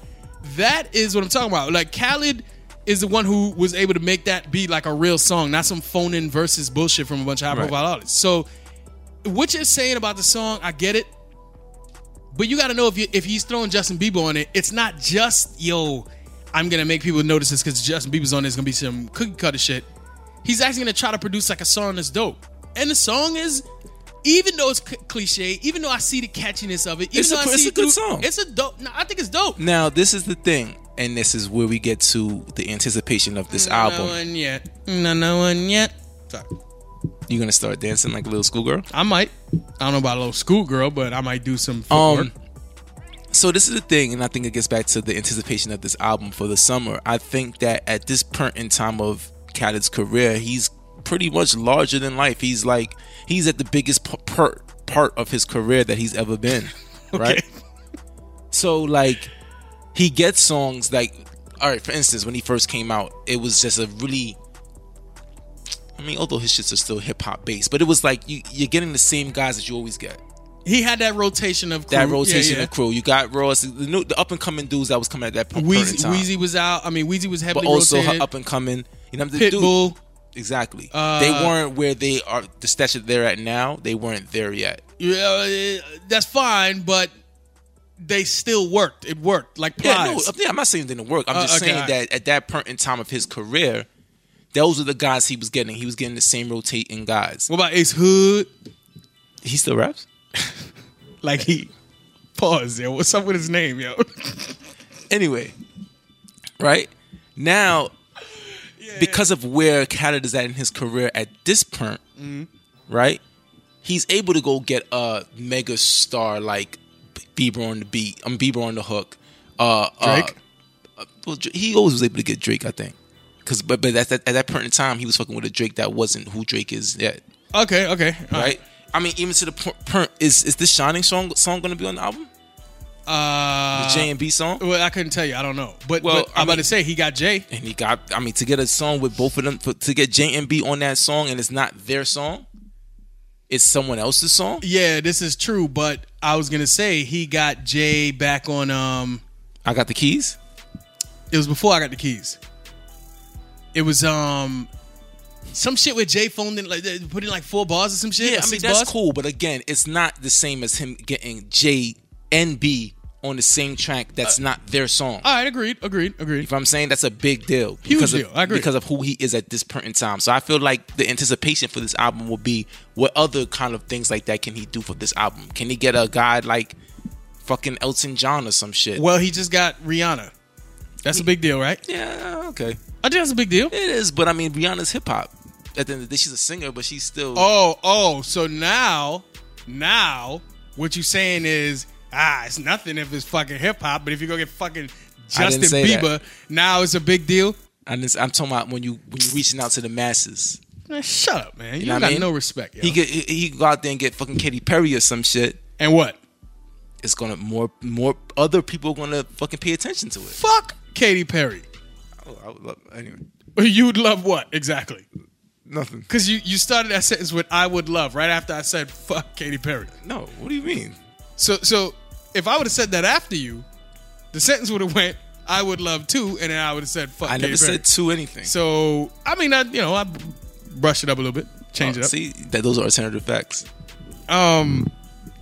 Speaker 2: that is what I'm talking about. Like Khaled is the one who was able to make that be like a real song, not some phone in versus bullshit from a bunch of high profile artists. So what you're saying about the song, I get it. But you got to know if you, if he's throwing Justin Bieber on it, it's not just yo. I'm gonna make people notice this because Justin Bieber's on it. It's gonna be some cookie cutter shit. He's actually gonna try to produce like a song that's dope. And the song is, even though it's c- cliche, even though I see the catchiness of it, even
Speaker 3: It's a
Speaker 2: though I
Speaker 3: pr- it's
Speaker 2: see
Speaker 3: a
Speaker 2: it
Speaker 3: good
Speaker 2: through-
Speaker 3: song.
Speaker 2: It's a dope. No, I think it's dope.
Speaker 3: Now, this is the thing, and this is where we get to the anticipation of this
Speaker 2: No
Speaker 3: album.
Speaker 2: one yet. No, no one yet. Sorry.
Speaker 3: You're gonna start dancing like a little schoolgirl.
Speaker 2: I might. I don't know about a little schoolgirl, but I might do some footwork.
Speaker 3: Um, so this is the thing, and I think it gets back to the anticipation of this album for the summer. I think that at this point in time of Khaled's career, he's pretty much larger than life. He's like he's at the biggest p- part part of his career that he's ever been, right? So like he gets songs like all right, for instance, when he first came out, it was just a really I mean, although his shits are still hip hop based, but it was like you, you're getting the same guys that you always get
Speaker 2: he had that rotation of crew.
Speaker 3: that rotation
Speaker 2: yeah, yeah.
Speaker 3: of crew. You got Ross, the, new, the up and coming dudes that was coming at that point in
Speaker 2: Wheezy,
Speaker 3: time,
Speaker 2: Wheezy was out. I mean, Wheezy was
Speaker 3: but
Speaker 2: heavily
Speaker 3: also
Speaker 2: rotated.
Speaker 3: up and coming. You know, the dude,
Speaker 2: Pitbull.
Speaker 3: exactly.
Speaker 2: Uh,
Speaker 3: they weren't where they are, the stature they're at now. They weren't there yet.
Speaker 2: Yeah, uh, that's fine, but they still worked. It worked like
Speaker 3: Yeah, no,
Speaker 2: pies.
Speaker 3: yeah, I'm not saying it didn't work. I'm
Speaker 2: Uh,
Speaker 3: just
Speaker 2: okay,
Speaker 3: saying
Speaker 2: all right.
Speaker 3: that at that point in time of his career, those were the guys he was getting. He was getting the same rotating guys.
Speaker 2: What about Ace Hood?
Speaker 3: He still raps.
Speaker 2: Like he pause. Yo, what's up with his name, yo?
Speaker 3: Anyway, right now, because of where Khaled is at in his career at this point,
Speaker 2: Mm-hmm.
Speaker 3: right? He's able to go get a mega star like Bieber on the beat, um, Bieber on the hook. Uh,
Speaker 2: Drake?
Speaker 3: Uh, well, Dra- he always was able to get Drake, I think. Cause, but but at that, at that point in time, he was fucking with a Drake that wasn't who Drake is yet,
Speaker 2: okay, okay, all
Speaker 3: right? I mean, even to the point, point is is this Shining song song going to be on the album? The
Speaker 2: Uh,
Speaker 3: J and B song.
Speaker 2: well, I couldn't tell you. I don't know. But,
Speaker 3: Well,
Speaker 2: but
Speaker 3: I
Speaker 2: I'm about
Speaker 3: mean-
Speaker 2: to say he got Jay.
Speaker 3: and he got I mean to get a song with both of them for, to get J and B on that song and it's not their song, it's someone else's song.
Speaker 2: Yeah, this is true, but I was gonna say he got Jay back on um
Speaker 3: I got the keys.
Speaker 2: it was before I got the keys. It was um some shit with Jay phoned in like they put in like four bars or some shit.
Speaker 3: Yeah,
Speaker 2: or
Speaker 3: I mean
Speaker 2: six
Speaker 3: that's
Speaker 2: bars.
Speaker 3: cool, but again, it's not the same as him getting J and B on the same track that's
Speaker 2: Uh,
Speaker 3: not their song.
Speaker 2: All right, agreed, agreed, agreed.
Speaker 3: if I'm saying that's a big deal,
Speaker 2: Huge
Speaker 3: because
Speaker 2: deal,
Speaker 3: Of,
Speaker 2: I agree.
Speaker 3: Because of who he is at this point in time, so I feel like the anticipation for this album will be what other kind of things like that can he do for this album? Can he get a guy like fucking Elton John or some shit?
Speaker 2: Well, he just got Rihanna. That's a big deal, right?
Speaker 3: yeah, okay.
Speaker 2: I think that's a big deal.
Speaker 3: It is, but I mean, Rihanna's hip hop. At the end of the day, she's a singer, but she's still.
Speaker 2: Oh, oh, so now, now, what you saying is, ah, it's nothing if it's fucking hip hop, but if you go get fucking Justin
Speaker 3: say that.
Speaker 2: Bieber, now it's a big deal.
Speaker 3: And it's, I'm talking about when you when you reaching out to the masses.
Speaker 2: Man, shut up, man. You,
Speaker 3: know what I
Speaker 2: got
Speaker 3: mean?
Speaker 2: no respect, yo.
Speaker 3: He could he he could go out there and get fucking Katy Perry or some shit.
Speaker 2: and what?
Speaker 3: It's gonna more more other people are gonna fucking pay attention to it.
Speaker 2: Fuck Katy Perry.
Speaker 3: Oh, I would love anyway.
Speaker 2: You'd love what exactly?
Speaker 3: Nothing.
Speaker 2: Because you, you started that sentence with "I would love" right after I said "fuck Katy Perry."
Speaker 3: No. What do you mean?
Speaker 2: So so if I would have said that after you, the sentence would have went "I would love too," and then I would have said "fuck."
Speaker 3: I
Speaker 2: Katy
Speaker 3: never
Speaker 2: Perry."
Speaker 3: said to anything.
Speaker 2: So I mean, I you know I brushed it up a little bit, changed
Speaker 3: Oh,
Speaker 2: it up.
Speaker 3: See that those are alternative facts.
Speaker 2: Um,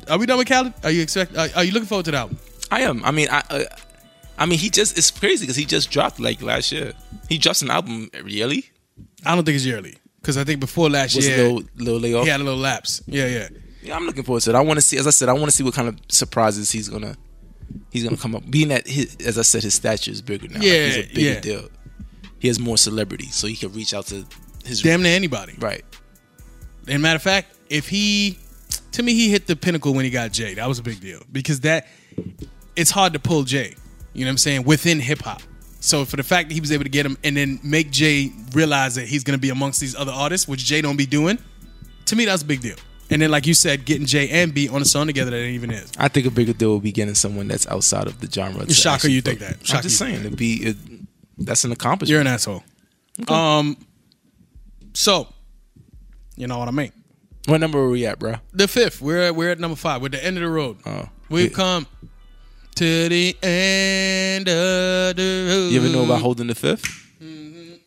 Speaker 2: are we done with Khaled? Are you expect? Are, are you looking forward to that? One?
Speaker 3: I am. I mean, I, uh, I mean, he just it's crazy because he just dropped like last year. He drops an album yearly.
Speaker 2: I don't think it's yearly because I think before last
Speaker 3: Was
Speaker 2: year
Speaker 3: a little little layoff.
Speaker 2: he had a little lapse. Yeah, yeah.
Speaker 3: Yeah, I'm looking forward to it. I want to see, as I said, I want to see what kind of surprises he's gonna he's gonna come up. Being that, his, as I said, his stature is bigger now.
Speaker 2: Yeah,
Speaker 3: he's a bigger
Speaker 2: yeah.
Speaker 3: deal. He has more celebrity, so he can reach out to his
Speaker 2: Damn near anybody.
Speaker 3: right.
Speaker 2: And matter of fact, if he, to me, he hit the pinnacle when he got Jay. That was a big deal because that, it's hard to pull Jay. You know what I'm saying? Within hip hop. So for the fact that he was able to get him and then make Jay realize that he's gonna be amongst these other artists, which Jay don't be doing, to me that's a big deal. And then like you said, getting Jay and B on a song together that ain't even is.
Speaker 3: I think a bigger deal will be getting someone that's outside of the genre. to
Speaker 2: Shocker
Speaker 3: actually
Speaker 2: you think
Speaker 3: fuck-
Speaker 2: that.
Speaker 3: I'm
Speaker 2: Shocker
Speaker 3: just
Speaker 2: you think
Speaker 3: saying, it'd be it, that's an accomplishment.
Speaker 2: You're an asshole. Um, so you know what I mean.
Speaker 3: what number are we at, bro?
Speaker 2: The fifth, we're at, we're at number five. We're at the end of the road.
Speaker 3: Oh.
Speaker 2: We've
Speaker 3: Yeah.
Speaker 2: come to the end of the road.
Speaker 3: You ever know about holding the fifth? You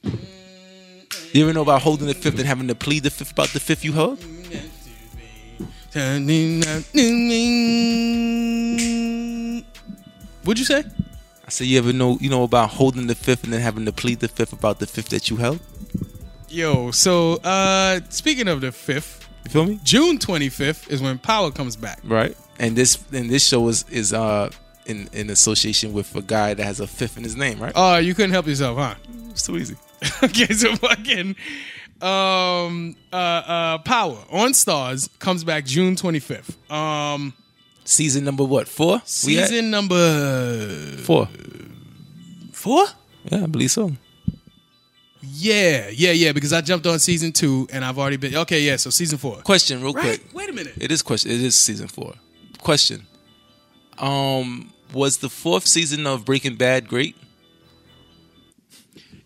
Speaker 3: ever know about holding the fifth and having to plead the fifth about the fifth you hold?
Speaker 2: What'd you say?
Speaker 3: I said, you ever know you know about holding the fifth and then having to plead the fifth about the fifth that you held?
Speaker 2: Yo, so uh speaking of the fifth,
Speaker 3: You feel me?
Speaker 2: June 25th is when Power comes back.
Speaker 3: Right. And this and this show is is uh in in association with a guy that has a fifth in his name, right?
Speaker 2: Oh, you couldn't help yourself, huh?
Speaker 3: it's too easy.
Speaker 2: okay, so fucking um uh uh Power on Stars comes back June 25th. Um
Speaker 3: Season number what? Four? We at?
Speaker 2: season number
Speaker 3: four.
Speaker 2: 4?
Speaker 3: Yeah, I believe so.
Speaker 2: Yeah, yeah, yeah. Because I jumped on season two, and I've already been okay. Yeah, so season four.
Speaker 3: Question real
Speaker 2: Right?
Speaker 3: quick.
Speaker 2: Wait a minute.
Speaker 3: It is question. It is season four. Question. Um, was the fourth season of Breaking Bad great?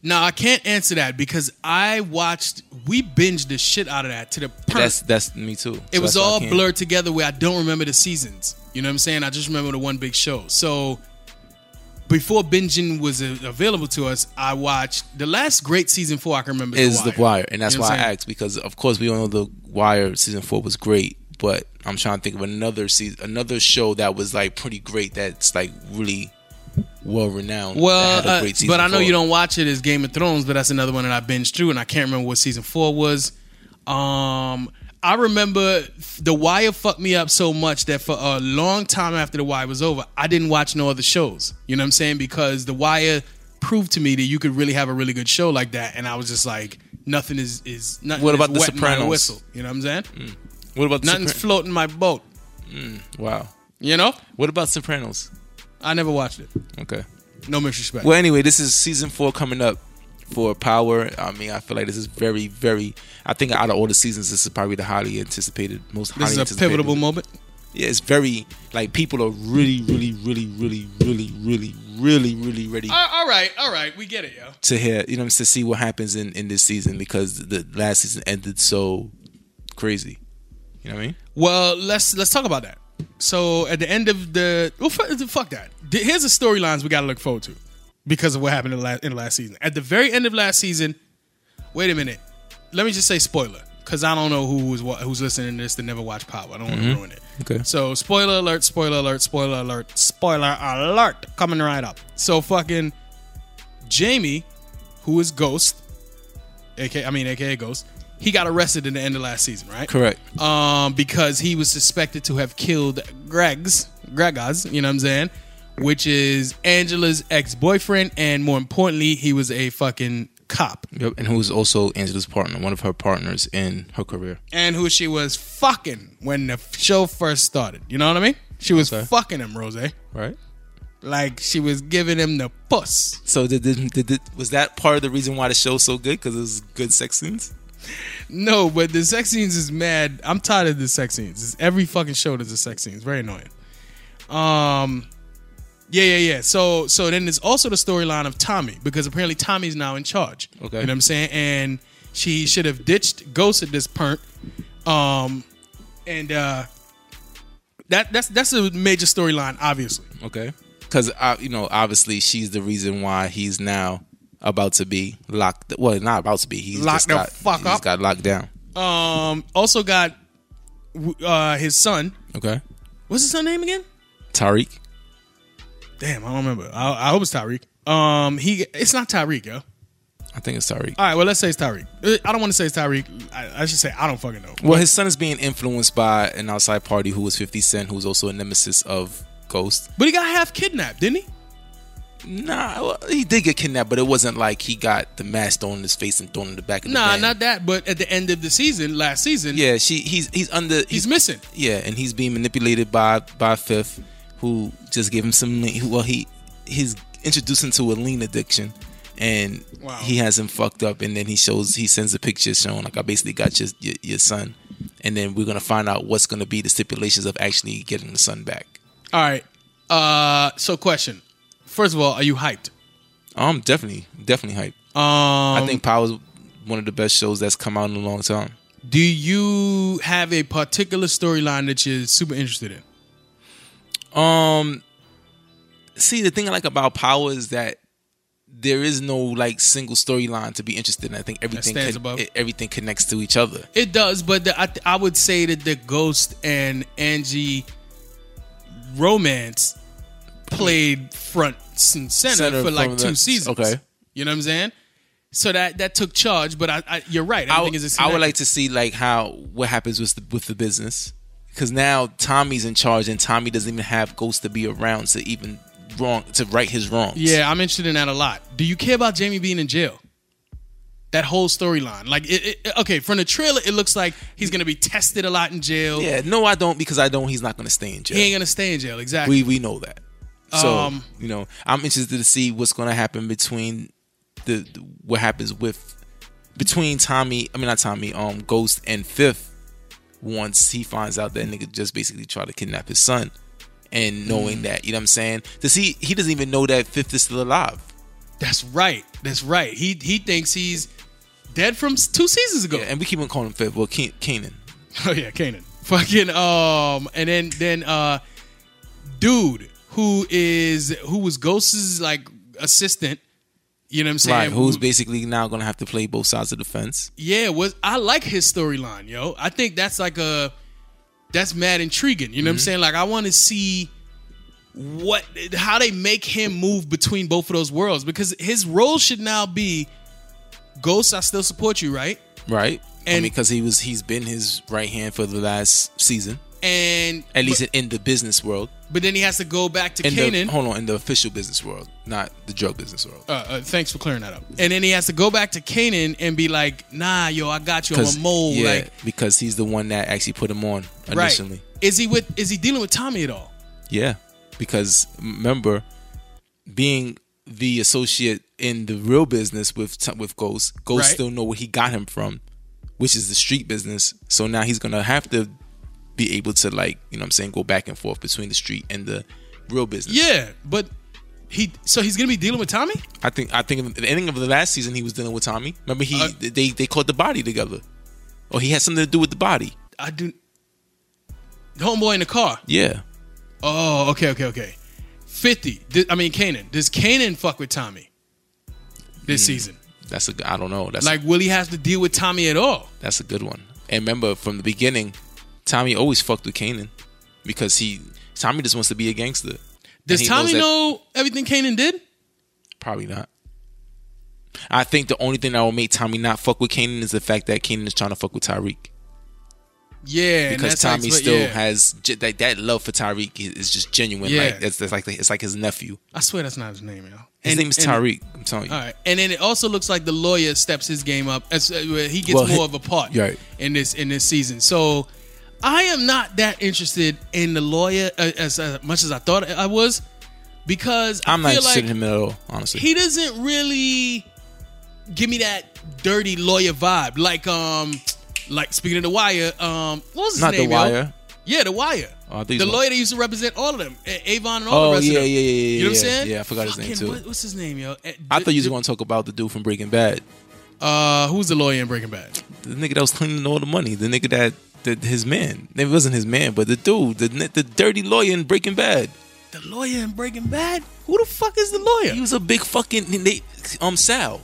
Speaker 2: No, I can't answer that because I watched. We binged the shit out of that to the. Perp.
Speaker 3: That's that's me too. So
Speaker 2: it was
Speaker 3: that's why I
Speaker 2: all
Speaker 3: can't-
Speaker 2: blurred together where I don't remember the seasons. You know what I'm saying? I just remember the one big show. So before binging was uh, available to us, I watched the last great season four I can remember
Speaker 3: Is the Wire, and that's
Speaker 2: You know what
Speaker 3: why I
Speaker 2: I'm saying?
Speaker 3: asked because of course we all know the Wire season four was great, but I'm trying to think of another season, another show that was like pretty great. That's like really well renowned.
Speaker 2: Well, uh, but I know you don't watch it as Game of Thrones, but that's another one that I binged through, and I can't remember what season four was. Um, I remember The Wire fucked me up so much that for a long time after The Wire was over, I didn't watch no other shows. You know what I'm saying? Because The Wire proved to me that you could really have a really good show like that, and I was just like, nothing is is nothing.
Speaker 3: What
Speaker 2: is
Speaker 3: about The
Speaker 2: wetting my
Speaker 3: Sopranos? Mm.
Speaker 2: Whistle, you know what I'm saying?
Speaker 3: What about the
Speaker 2: Nothing's
Speaker 3: Sopran-
Speaker 2: floating my boat.
Speaker 3: wow?
Speaker 2: You know?
Speaker 3: What about Sopranos?
Speaker 2: I never watched it.
Speaker 3: Okay.
Speaker 2: No disrespect.
Speaker 3: Well, anyway, this is season four coming up for Power. I mean, I feel like this is very, very. I think out of all the seasons, this is probably the highly anticipated, most.
Speaker 2: this
Speaker 3: highly
Speaker 2: is a
Speaker 3: anticipated.
Speaker 2: pivotal moment.
Speaker 3: Yeah, it's very like people are really, really, really, really, really, really, really, really ready
Speaker 2: Uh, all right, all right, we get it, yo.
Speaker 3: to hear. You know, to see what happens in in this season because the last season ended so crazy. You know what I mean?
Speaker 2: Well, let's let's talk about that. So at the end of the well, fuck, fuck that. The- Here's the storylines we got to look forward to because of what happened in the, last, in the last season. At the very end of last season, wait a minute. Let me just say spoiler because I don't know who was wa- who's listening to this that never watched Power. I don't want to ruin it.
Speaker 3: Mm-hmm. Okay.
Speaker 2: So spoiler alert, spoiler alert, spoiler alert, spoiler alert coming right up. So fucking Jamie, who is Ghost, aka I mean aka Ghost, he got arrested in the end of last season, right?
Speaker 3: Correct.
Speaker 2: um, because he was suspected to have killed Greg's, Gregas, you know what I'm saying? Which is Angela's ex boyfriend, and more importantly, he was a fucking cop.
Speaker 3: Yep. And who's also Angela's partner, one of her partners in her career.
Speaker 2: And who she was fucking when the show first started. You know what I mean? She was
Speaker 3: Okay.
Speaker 2: fucking him, Rose.
Speaker 3: Right.
Speaker 2: Like she was giving him the puss.
Speaker 3: So did, did, did, did was that part of the reason why the show's so good? Because it was good sex scenes.
Speaker 2: No, but the sex scenes is mad. I'm tired of the sex scenes. It's every fucking show there's a sex scene. It's very annoying. Um Yeah, yeah, yeah. So so then there's also the storyline of Tommy, because apparently Tommy's now in charge.
Speaker 3: Okay.
Speaker 2: You know what I'm saying? And She should have ditched Ghost at this point. Um, and uh, that that's that's a major storyline, obviously.
Speaker 3: Okay. Because uh, you know, obviously, she's the reason why he's now about to be locked. Well, not about to be. He's
Speaker 2: Locked
Speaker 3: just
Speaker 2: the
Speaker 3: got,
Speaker 2: fuck
Speaker 3: he
Speaker 2: up.
Speaker 3: Just got locked down.
Speaker 2: Um, also got uh, his son.
Speaker 3: Okay.
Speaker 2: What's his son name again?
Speaker 3: Tariq.
Speaker 2: Damn, I don't remember. I, I hope it's Tyreek. Um, he it's not Tyreek, yo.
Speaker 3: I think it's Tariq.
Speaker 2: All right, well, let's say it's Tyreek. Uh, I don't want to say it's Tyreek. I, I should say I don't fucking know.
Speaker 3: Well, his son is being influenced by an outside party who was 50 Cent, who's also a nemesis of Ghost.
Speaker 2: But he got half kidnapped, didn't he?
Speaker 3: Nah, well, he did get kidnapped, but it wasn't like he got the mask thrown in his face and thrown in the back of the
Speaker 2: Nah,
Speaker 3: van.
Speaker 2: not that. But at the end of the season, last season,
Speaker 3: Yeah, she he's he's under
Speaker 2: he's, missing.
Speaker 3: yeah, and he's being manipulated by by Fifth, who just gave him some. Well, he he's introduced him to a lean addiction, and
Speaker 2: Wow.
Speaker 3: he has him fucked up. And then he shows he sends a picture showing like I basically got your your, your son, and then we're gonna find out what's gonna be the stipulations of actually getting the son back.
Speaker 2: All right. Uh, so question. First of all, are you hyped?
Speaker 3: I'm Um, definitely definitely hyped.
Speaker 2: Um,
Speaker 3: I think Power's one of the best shows that's come out in a long time.
Speaker 2: Do you have a particular storyline that you're super interested in?
Speaker 3: Um, see, the thing I like about Power is that there is no like single storyline to be interested in. I think everything
Speaker 2: stands
Speaker 3: con-
Speaker 2: above.
Speaker 3: e- everything connects to each other.
Speaker 2: It does, but the, I, I would say that the Ghost and Angie romance played front and center,
Speaker 3: Center
Speaker 2: for like
Speaker 3: from
Speaker 2: two
Speaker 3: the-
Speaker 2: seasons.
Speaker 3: okay.
Speaker 2: you know what I'm saying? So that that took charge, but I, I you're right. I,
Speaker 3: I
Speaker 2: don't
Speaker 3: would-
Speaker 2: think it's a
Speaker 3: I would like to see like how what happens with the, with the business because now Tommy's in charge and Tommy doesn't even have Ghost to be around to even wrong to right his wrongs.
Speaker 2: Yeah, I'm interested in that a lot. Do you care about Jamie being in jail? That whole storyline, like, it, it, okay, from the trailer, it looks like he's gonna be tested a lot in jail.
Speaker 3: yeah. No, I don't because I don't. He's not going to stay in jail.
Speaker 2: He ain't gonna stay in jail, exactly.
Speaker 3: we we know that. So
Speaker 2: Um,
Speaker 3: you know, I'm interested to see what's going to happen between the, the- what happens with between Tommy. I mean, not Tommy. Um, Ghost and Fifth. Once he finds out that nigga just basically tried to kidnap his son, and
Speaker 2: Mm.
Speaker 3: knowing that, you know what I'm saying? Does he? He doesn't even know that Fifth is still alive.
Speaker 2: That's right. That's right. He he thinks he's dead from s- two seasons ago.
Speaker 3: Yeah, and we keep on calling him Fifth. Well, Can- Kanan.
Speaker 2: Oh yeah, Kanan. Fucking um, and then then uh, dude who is who was Ghost's like assistant. You know what I'm saying?
Speaker 3: Right, who's
Speaker 2: Who-
Speaker 3: basically now gonna have to play both sides of the fence?
Speaker 2: yeah, was I like his storyline, yo. I think that's like a that's mad intriguing. You know what
Speaker 3: Mm-hmm.
Speaker 2: I'm saying? Like I want to see what how they make him move between both of those worlds because his role should now be Ghost, I still support you, right?
Speaker 3: Right, and
Speaker 2: And-
Speaker 3: because he was he's been his right hand for the last season,
Speaker 2: And
Speaker 3: at least in the business world.
Speaker 2: but then he has to go back to
Speaker 3: in
Speaker 2: Canaan.
Speaker 3: the hold on in the official business world, not the drug business world.
Speaker 2: uh, uh, thanks for clearing that up. And then he has to go back to Canaan and be like, "Nah, yo, I got you. I'm a mole."
Speaker 3: yeah,
Speaker 2: like,
Speaker 3: because he's the one that actually put him on
Speaker 2: right?
Speaker 3: initially.
Speaker 2: Is he with? Is he dealing with Tommy at all?
Speaker 3: Yeah, because remember, being the associate in the real business with T- with Ghost, Ghost
Speaker 2: Right.
Speaker 3: still know where he got him from, which is the street business. So now he's gonna have to be able to like you know what I'm saying go back and forth between the street and the real business.
Speaker 2: Yeah, but he. So he's gonna be dealing with Tommy.
Speaker 3: I think I think at the ending of the last season he was dealing with Tommy. Remember he
Speaker 2: Uh,
Speaker 3: they they caught the body together, or he had something to do with the body.
Speaker 2: I do. The homeboy in the car.
Speaker 3: Yeah.
Speaker 2: Oh, okay, okay, okay. Fifty. Did- I mean, Canaan. Does Canaan fuck with Tommy this
Speaker 3: Mm.
Speaker 2: season?
Speaker 3: That's a g- I don't know. That's
Speaker 2: Like,
Speaker 3: like
Speaker 2: will he have to deal with Tommy at all?
Speaker 3: that's a good one. And remember from the beginning, Tommy always fucked with Kanan because he Tommy just wants to be a gangster. And
Speaker 2: Does
Speaker 3: he knows
Speaker 2: Tommy
Speaker 3: that-
Speaker 2: know everything Canaan did?
Speaker 3: Probably not. I think the only thing that will make Tommy not fuck with Kanan is the fact that Kanan is trying to fuck with Tyreek
Speaker 2: Yeah, and
Speaker 3: because
Speaker 2: that's like-
Speaker 3: Tommy
Speaker 2: but
Speaker 3: still
Speaker 2: yeah.
Speaker 3: has ge- that, that love for Tyreek is- is just genuine.
Speaker 2: Yeah.
Speaker 3: Like it's, it's like it's like his nephew.
Speaker 2: I swear that's not his name, yo.
Speaker 3: His
Speaker 2: And-
Speaker 3: name is
Speaker 2: and-
Speaker 3: Tyreek. I'm telling you.
Speaker 2: All right, and then it also looks like the lawyer steps his game up as uh, where he gets
Speaker 3: Well, he-
Speaker 2: more of a part
Speaker 3: Right.
Speaker 2: in this in this season. So I am not that interested in the lawyer uh, as, as much as I thought I was because I
Speaker 3: I'm not
Speaker 2: feel
Speaker 3: interested
Speaker 2: like
Speaker 3: in him at all, honestly.
Speaker 2: he doesn't really give me that dirty lawyer vibe. Like um, like speaking of the wire, um, what was his
Speaker 3: not
Speaker 2: name?
Speaker 3: the
Speaker 2: yo?
Speaker 3: wire.
Speaker 2: Yeah, the wire.
Speaker 3: Oh, I think
Speaker 2: the
Speaker 3: he's-
Speaker 2: lawyer that used to represent all of them, A- Avon and all
Speaker 3: Oh
Speaker 2: the rest
Speaker 3: yeah,
Speaker 2: of
Speaker 3: yeah, yeah,
Speaker 2: them.
Speaker 3: yeah, yeah.
Speaker 2: You know what I'm
Speaker 3: yeah.
Speaker 2: saying?
Speaker 3: Yeah, I forgot his name
Speaker 2: Fucking
Speaker 3: too.
Speaker 2: what- what's his name, yo?
Speaker 3: I thought you was going to talk about the dude from Breaking Bad.
Speaker 2: Uh, who's the lawyer in Breaking Bad?
Speaker 3: The nigga that was cleaning all the money. The nigga that, that his man. It wasn't his man, but the dude, the the dirty lawyer in Breaking Bad.
Speaker 2: The lawyer in Breaking Bad? Who the fuck is the lawyer?
Speaker 3: He was a big fucking they, um Sal.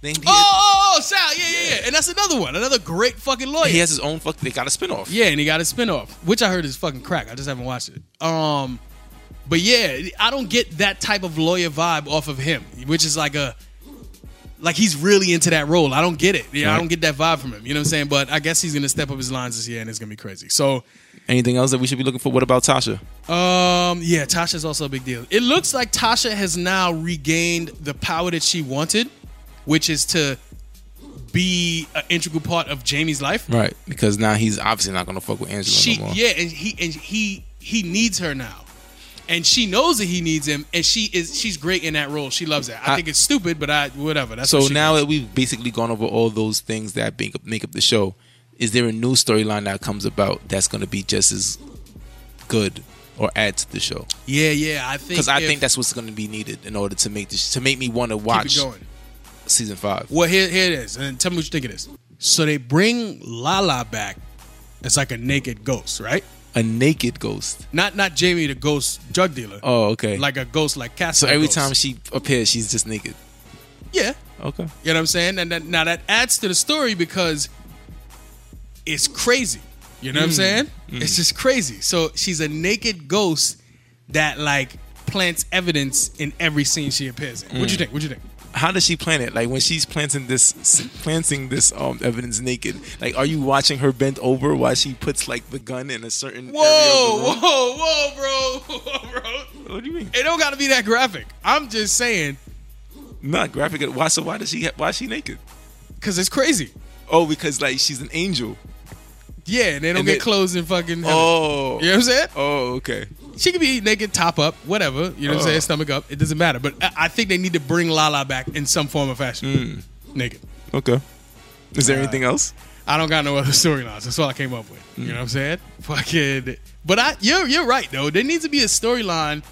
Speaker 3: Then he,
Speaker 2: oh, oh, oh, Sal. Yeah, yeah, yeah. And that's another one. Another great fucking lawyer.
Speaker 3: he has his own fuck. They got a spinoff.
Speaker 2: Yeah, and he got a spinoff, which I heard is fucking crack. I just haven't watched it. Um, but yeah, I don't get that type of lawyer vibe off of him, which is like a like he's really into that role. I don't get it. Yeah, I
Speaker 3: Right.
Speaker 2: don't get that vibe from him. You know what I'm saying? But I guess he's gonna step up his lines this year, and it's gonna be crazy. So,
Speaker 3: Anything else that we should be looking for? What about Tasha?
Speaker 2: um, yeah, Tasha's also a big deal. It looks like Tasha has now regained the power that she wanted, which is to be an integral part of Jamie's life.
Speaker 3: Right, because now he's obviously not gonna fuck with Angela
Speaker 2: she
Speaker 3: no more.
Speaker 2: yeah and he and he he needs her now and she knows that he needs him and she is she's great in that role she loves that i,
Speaker 3: I-
Speaker 2: think it's stupid but i whatever that's
Speaker 3: So
Speaker 2: what she-
Speaker 3: now that we've basically gone over all those things that make up, make up the show, is there a new storyline that comes about that's going to be just as good or add to the show?
Speaker 2: yeah yeah i think
Speaker 3: Because I
Speaker 2: if-
Speaker 3: think that's what's going to be needed in order to make this to make me want to
Speaker 2: keep
Speaker 3: watch
Speaker 2: it going
Speaker 3: season five.
Speaker 2: well here, here it is and tell me what you think it is so they bring lala back it's like a naked ghost right
Speaker 3: A naked ghost.
Speaker 2: not not jamie the ghost drug dealer
Speaker 3: Oh, okay.
Speaker 2: like a ghost like cat
Speaker 3: so every time she appears, she's just naked.
Speaker 2: yeah
Speaker 3: Okay.
Speaker 2: You know what I'm saying? And that, now that adds to the story because it's crazy. You
Speaker 3: Mm.
Speaker 2: know what I'm saying? It's just crazy. So she's a naked ghost that like plants evidence in every scene she appears in.
Speaker 3: Mm.
Speaker 2: What'd you think? What'd you think?
Speaker 3: How does she plan it? Like when she's planting this, planting this um evidence naked. Like, are you watching her bent over while she puts like the gun in a certain? area
Speaker 2: Whoa,
Speaker 3: of the room?
Speaker 2: whoa, whoa, bro, whoa, bro.
Speaker 3: What do you mean?
Speaker 2: It don't gotta be that graphic. I'm just saying
Speaker 3: Not graphic. Why? So why does she? Ha- why is she naked?
Speaker 2: because it's crazy.
Speaker 3: Oh, because like she's an angel.
Speaker 2: Yeah, and they don't
Speaker 3: And
Speaker 2: get
Speaker 3: it-
Speaker 2: clothes in fucking. heaven.
Speaker 3: Oh.
Speaker 2: you know what I'm saying?
Speaker 3: Oh, okay.
Speaker 2: She could be naked, top up, whatever. You know what I'm
Speaker 3: Oh.
Speaker 2: saying? Stomach up. It doesn't matter. But I I think they need to bring Lala back in some form or fashion.
Speaker 3: Hmm.
Speaker 2: Naked.
Speaker 3: Okay. Is there anything else?
Speaker 2: I don't got no other storylines. That's all I came up with. You know what I'm saying? Fucking. But I, you're you're right though. There needs to be a storyline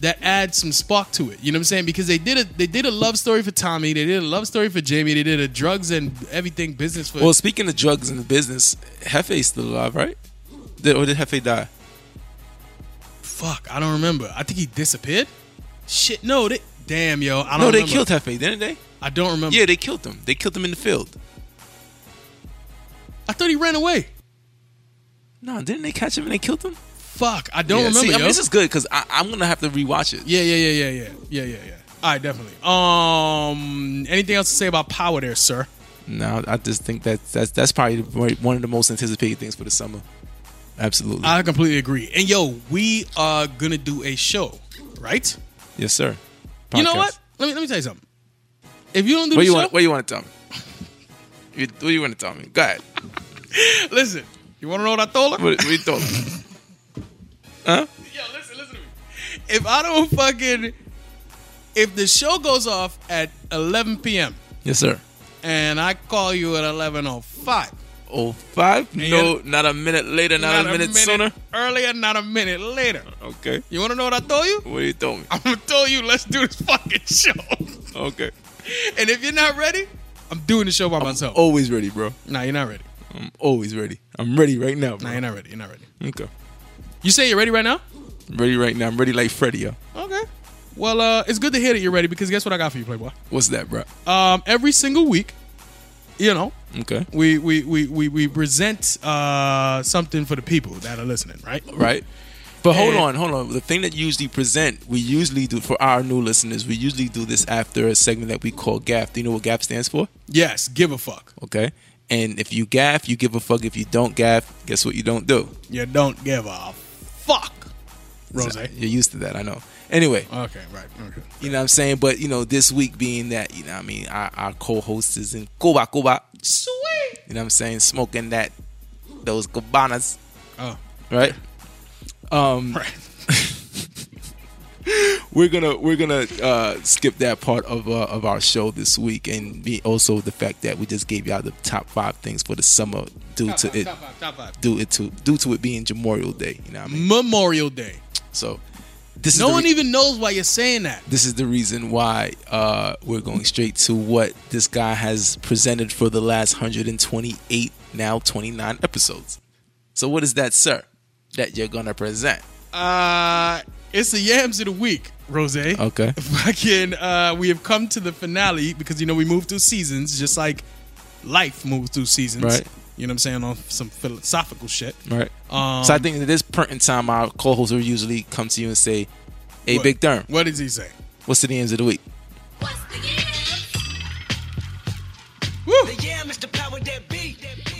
Speaker 2: that adds some spark to it. You know what I'm saying? Because they did a they did a love story for Tommy. They did a love story for Jamie. They did a drugs and everything business for.
Speaker 3: Well, speaking of drugs and the business, Hefe's still alive, right? Did, or did Hefe die?
Speaker 2: fuck, I don't remember. I think he disappeared. Shit, no. They, damn, yo, I don't.
Speaker 3: No, they
Speaker 2: remember.
Speaker 3: killed Hefe, didn't they?
Speaker 2: I don't remember.
Speaker 3: Yeah, they killed him. They killed him in the field.
Speaker 2: I thought he ran away.
Speaker 3: No, didn't they catch him and they killed him?
Speaker 2: Fuck, I don't
Speaker 3: Yeah,
Speaker 2: remember.
Speaker 3: see, I
Speaker 2: yo.
Speaker 3: mean, this is good because I'm gonna have to rewatch it.
Speaker 2: yeah, yeah, yeah, yeah, yeah, yeah, yeah, yeah. All right, definitely. Um, anything else to say about power there, sir?
Speaker 3: No, I just think that that's that's probably the- one of the most anticipated things for the summer. Absolutely.
Speaker 2: I completely agree. And yo, we are gonna do a show, right?
Speaker 3: yes, sir.
Speaker 2: You know
Speaker 3: Podcast.
Speaker 2: what? Let me let me tell you something. If you don't do
Speaker 3: What
Speaker 2: the
Speaker 3: you
Speaker 2: show,
Speaker 3: want? What you want to tell me? You, what you want to tell me? Go ahead.
Speaker 2: listen. You want to know what I told her?
Speaker 3: What, what you thought?
Speaker 2: Yo, listen, listen to me. If I don't fucking, if the show goes off at 11 p.m.
Speaker 3: yes, sir.
Speaker 2: and I call you at 11:05.
Speaker 3: Oh five? No,
Speaker 2: you-
Speaker 3: not a minute later, not, a, minute, sooner.
Speaker 2: earlier, not a minute later.
Speaker 3: Okay.
Speaker 2: You want to know what I told you?
Speaker 3: What do you told me?
Speaker 2: I'm gonna tell you, let's do this fucking show. and
Speaker 3: Okay.
Speaker 2: if you're not ready, I'm doing the show by myself. Oh.
Speaker 3: Always ready, bro.
Speaker 2: Nah, you're not ready.
Speaker 3: I'm always ready. I'm ready right now,
Speaker 2: Nah,
Speaker 3: bro.
Speaker 2: you're not ready. You're not ready.
Speaker 3: Um, Okay.
Speaker 2: You say you're ready right now?
Speaker 3: Ready right now. I'm ready like Freddy. Yo.
Speaker 2: Okay. Well, uh, it's good to hear that you're ready because guess what I got for you, Playboy?
Speaker 3: What's that, bro?
Speaker 2: Um, every single week, you know,
Speaker 3: Okay.
Speaker 2: we we we we, we present uh something for the people that are listening, right?
Speaker 3: Right. But hold
Speaker 2: And-
Speaker 3: on, hold on. The thing that you usually present, we usually do for our new listeners. We usually do this after a segment that we call GAF. Do you know what GAF stands for?
Speaker 2: Yes, give a fuck.
Speaker 3: Okay. And if you gaff, you give a fuck. If you don't gaff, guess what you don't do?
Speaker 2: You don't give a fuck, Rose. Okay,
Speaker 3: You're used to that, I know. Anyway,
Speaker 2: right. Okay.
Speaker 3: you know what I'm saying? But, you know, this week being that, you know what I mean, our, our co host is in Cuba, Cuba.
Speaker 2: Sweet.
Speaker 3: You know what I'm saying? Smoking that, those Cubanas,
Speaker 2: Oh,
Speaker 3: right? Um,
Speaker 2: right.
Speaker 3: we're gonna we're gonna uh, skip that part of uh, of our show this week, and be also the fact that we just gave y'all the top five things for the summer due to it
Speaker 2: five, top five.
Speaker 3: due it to due to it being Memorial Day. You know what I mean?
Speaker 2: Memorial Day.
Speaker 3: So This
Speaker 2: No
Speaker 3: is the
Speaker 2: one
Speaker 3: re-
Speaker 2: even knows why you're saying that.
Speaker 3: this is the reason why uh, we're going straight to what this guy has presented for the last 128 now 29 episodes. So what is that, sir? That you're gonna present?
Speaker 2: Uh, it's the yams of the week, Rose.
Speaker 3: Okay.
Speaker 2: Fucking, uh, we have come to the finale because you know we move through seasons, just like life moves through seasons.
Speaker 3: Right.
Speaker 2: You know what I'm saying on some philosophical shit.
Speaker 3: Right.
Speaker 2: Um,
Speaker 3: so I think at this point in time, our co-hosts will usually come to you and say, "Hey, Big Derm,
Speaker 2: What does he say?
Speaker 3: what's the names of the week?"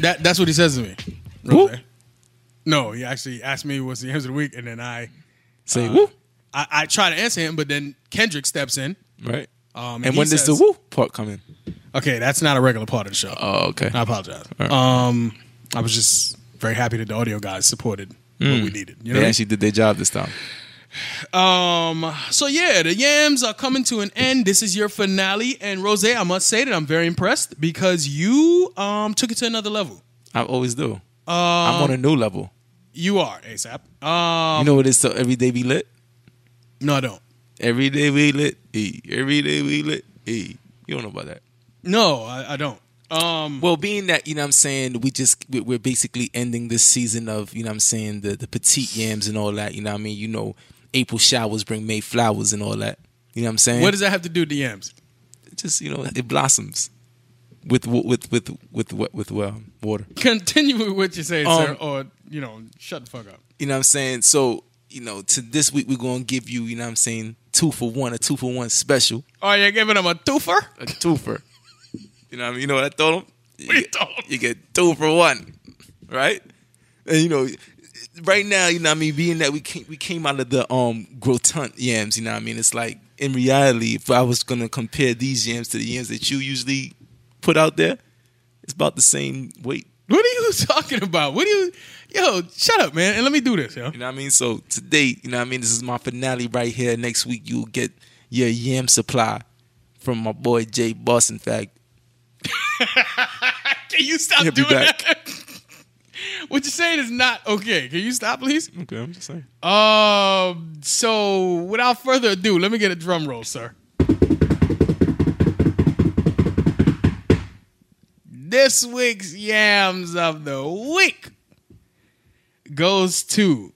Speaker 2: That that's what he says to me.
Speaker 3: Whoop.
Speaker 2: Rose. No, he actually asked me what's the yams of the week, and then I, Uh,
Speaker 3: Say woo.
Speaker 2: I I try to answer him, but then Kendrick steps in.
Speaker 3: Right.
Speaker 2: Um,
Speaker 3: and
Speaker 2: he
Speaker 3: when does
Speaker 2: says-
Speaker 3: the woo part come in?
Speaker 2: Okay, that's not a regular part of the show.
Speaker 3: Oh, okay.
Speaker 2: I apologize.
Speaker 3: All right.
Speaker 2: Um, I was just very happy that the audio guys supported what we needed. You know,
Speaker 3: Mm. They
Speaker 2: what I mean?
Speaker 3: actually did their job this time.
Speaker 2: So yeah, the yams are coming to an end. This is your finale, and Rose, I must say that I'm very impressed because you um took it to another level.
Speaker 3: I always do. I'm on a new level.
Speaker 2: You are ASAP. Um,
Speaker 3: you know what it is? So every day be lit.
Speaker 2: no, I don't.
Speaker 3: Every day we lit. eh. Every day we lit. eh. You don't know about that.
Speaker 2: No, I, I don't. Um,
Speaker 3: Well, being that you know, what I'm saying we just we- we're basically ending this season of you know, what I'm saying the the petite yams and all that. You know, what I mean, you know, April showers bring May flowers and all that. You know, what I'm saying
Speaker 2: what does that have to do with the yams?
Speaker 3: it just you know it blossoms with wa- with with with with, with well, water.
Speaker 2: Continue with what you're saying, sir,
Speaker 3: Um,
Speaker 2: or you know, shut the fuck up.
Speaker 3: You know what I'm saying? So, you know, to this week we're gonna give you, you know what I'm saying, two for one, a two for one special.
Speaker 2: Oh, you're giving him a twofer.
Speaker 3: A twofer. you know what I mean? You know what I told him? You,
Speaker 2: What you
Speaker 3: get,
Speaker 2: told him?
Speaker 3: you get two for one. Right? And you know, right now, you know what I mean, being that we came we came out of the um grotant yams, you know what I mean? It's like in reality, if I was gonna compare these yams to the yams that you usually put out there, it's about the same weight.
Speaker 2: What are you talking about? What are you? Yo, shut up, man, and let me do this, yo.
Speaker 3: You know what I mean? So today, you know what I mean? This is my finale right here. Next week you'll get your yam supply from my boy Jay Boss, in fact.
Speaker 2: Can you stop
Speaker 3: He'll be
Speaker 2: doing
Speaker 3: back.
Speaker 2: that? what you're saying is not okay. Can you stop, please?
Speaker 3: Okay, I'm just saying.
Speaker 2: Um. So, without further ado, let me get a drum roll, sir. This week's yams of the week goes to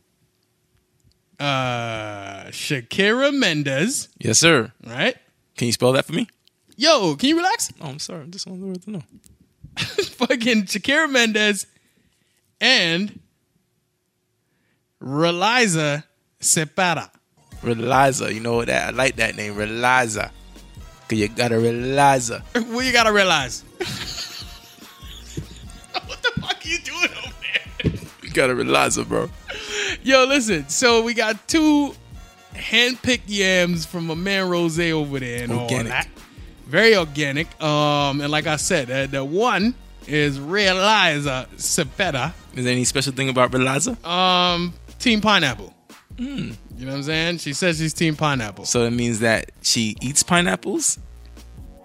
Speaker 2: uh Shakira Mendez,
Speaker 3: Yes, sir.
Speaker 2: right?
Speaker 3: Can you spell that for me?
Speaker 2: Yo, can you relax?
Speaker 3: Oh, I'm sorry. I just want the word to know.
Speaker 2: Fucking Shakira Mendez and Reliza Separa.
Speaker 3: Reliza. You know what that? I like that name, Reliza. Cause you got a Reliza.
Speaker 2: Well, you gotta realize. what the fuck are you doing over there?
Speaker 3: You got a Reliza, bro.
Speaker 2: Yo, listen. So we got two handpicked yams from a man Rose over there, and all
Speaker 3: Organic.
Speaker 2: that. very organic. Um, and like I said, uh, the one is Realiza Cepeda,
Speaker 3: Is there any special thing about Reliza?
Speaker 2: um, Team Pineapple. You know what I'm saying? She says she's Team Pineapple.
Speaker 3: so it means that she eats pineapples?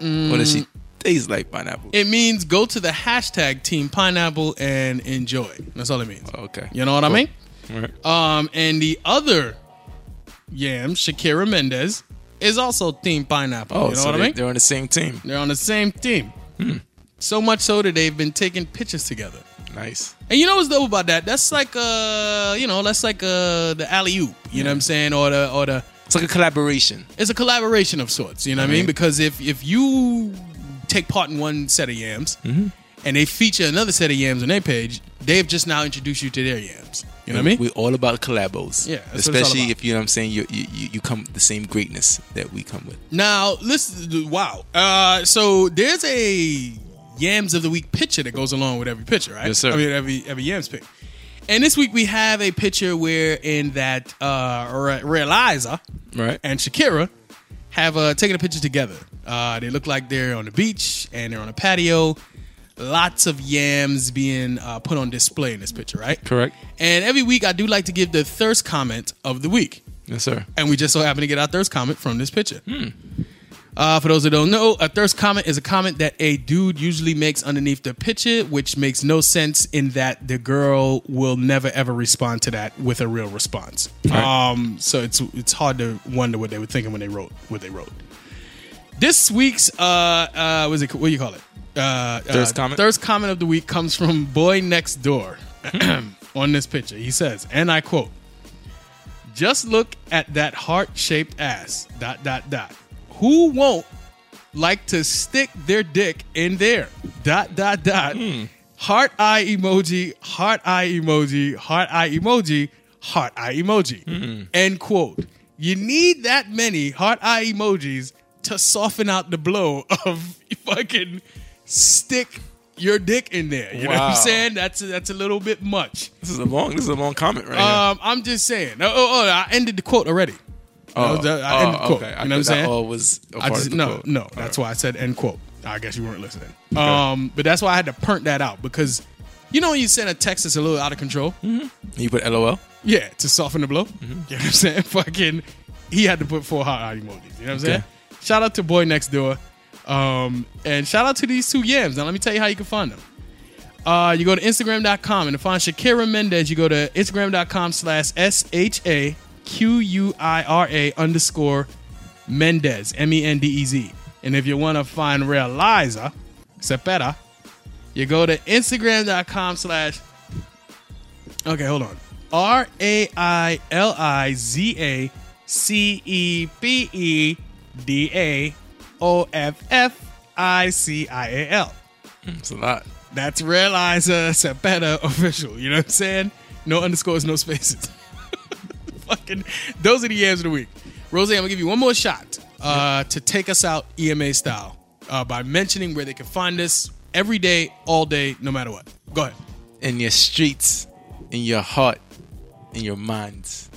Speaker 3: Or does she taste like pineapple?
Speaker 2: It means go to the hashtag Team Pineapple and enjoy. That's all it means.
Speaker 3: Oh, okay.
Speaker 2: You know what I mean?
Speaker 3: All right.
Speaker 2: Um, and the other yam, Shakira Mendez, is also Team Pineapple.
Speaker 3: oh,
Speaker 2: you know
Speaker 3: so
Speaker 2: what I
Speaker 3: they,
Speaker 2: mean? They're,
Speaker 3: they're Hmm. on the same team.
Speaker 2: on the same team. So much so that they've been taking pictures together.
Speaker 3: Nice.
Speaker 2: And you know what's dope about that? That's like uh, you know, that's like uh the alley oop. You know what I'm saying? Or the or the
Speaker 3: It's like a collaboration.
Speaker 2: it's a collaboration of sorts. You know what I mean?
Speaker 3: Right.
Speaker 2: Because if if you take part in one set of yams
Speaker 3: Mm-hmm.
Speaker 2: and they feature another set of yams on their page, they've just now introduced you to their yams. You know what I mean?
Speaker 3: We're all about collabos.
Speaker 2: Yeah, that's what it's all
Speaker 3: Especially
Speaker 2: about.
Speaker 3: if you know what I'm saying, you, you you you come with the same greatness that we come with.
Speaker 2: Now, listen. Wow. Uh, so there's a yams of the week picture that goes along with every picture, right?
Speaker 3: Yes, sir.
Speaker 2: I mean, every every yams pick. And this week we have a picture where in that uh, Re- Realiza
Speaker 3: Right.
Speaker 2: and Shakira have uh, taken a picture together. Uh, they look like they're on the beach and they're on a patio. Lots of yams being uh, put on display in this picture, right?
Speaker 3: Correct.
Speaker 2: And every week I do like to give the thirst comment of the week
Speaker 3: Yes, sir.
Speaker 2: and we just so happen to get our thirst comment from this picture. Uh, for those that don't know, a thirst comment is a comment that a dude usually makes underneath the picture, which makes no sense in that the girl will never ever respond to that with a real response. Um, so it's it's hard to wonder what they were thinking when they wrote what they wrote. This week's uh, uh, what is it? What do you call it? Uh, uh,
Speaker 3: Thirst comment?
Speaker 2: Thirst comment of the week comes from Boy Next Door on this picture. He says, and I quote. Just look at that heart shaped ass. Dot dot dot. Who won't like to stick their dick in there? Dot dot dot. Heart eye emoji, heart eye emoji, heart eye emoji, heart eye emoji. End quote. You need that many heart eye emojis to soften out the blow of fucking stick your dick in there. You know what I'm
Speaker 3: Wow.
Speaker 2: saying? That's a, that's a little bit much.
Speaker 3: This is a long. This is a long comment right
Speaker 2: Um, I'm just saying. Oh, oh, oh, I ended the quote already.
Speaker 3: here.
Speaker 2: no, that- I ended the quote. You know what I'm
Speaker 3: oh, thought that
Speaker 2: saying?
Speaker 3: all was a
Speaker 2: I
Speaker 3: part
Speaker 2: just
Speaker 3: of the
Speaker 2: no,
Speaker 3: quote.
Speaker 2: no. That's why I said end quote. I guess you weren't listening. Um, but that's why I had to perk that out because you know when you send a text that's a little out of control.
Speaker 3: You put LOL.
Speaker 2: Yeah, to soften the blow. You know what I'm saying? Fucking, he had to put four hot eye emojis. You know what I'm saying? Shout out to boy next door, um, and shout out to these two yams. Now let me tell you how you can find them. Uh, you go to Instagram.com and to find Shakira Mendez, you go to Instagram.com slash S H A Q U I R A underscore Mendez, M E N D E Z. And if you want to find Real Liza Cepeda, you go to Instagram.com slash Okay, hold on. R A I L I Z A C E B E D A O F F I C I A L.
Speaker 3: It's a lot.
Speaker 2: That's uh, Realizer Sabetta official. You know what I'm saying? No underscores, no spaces. Fucking, those are the yams of the week. Rose, I'm gonna give you one more shot uh, to take us out EMA style uh, by mentioning where they can find us every day, all day, no matter what. Go ahead.
Speaker 3: In your streets, in your heart, in your minds.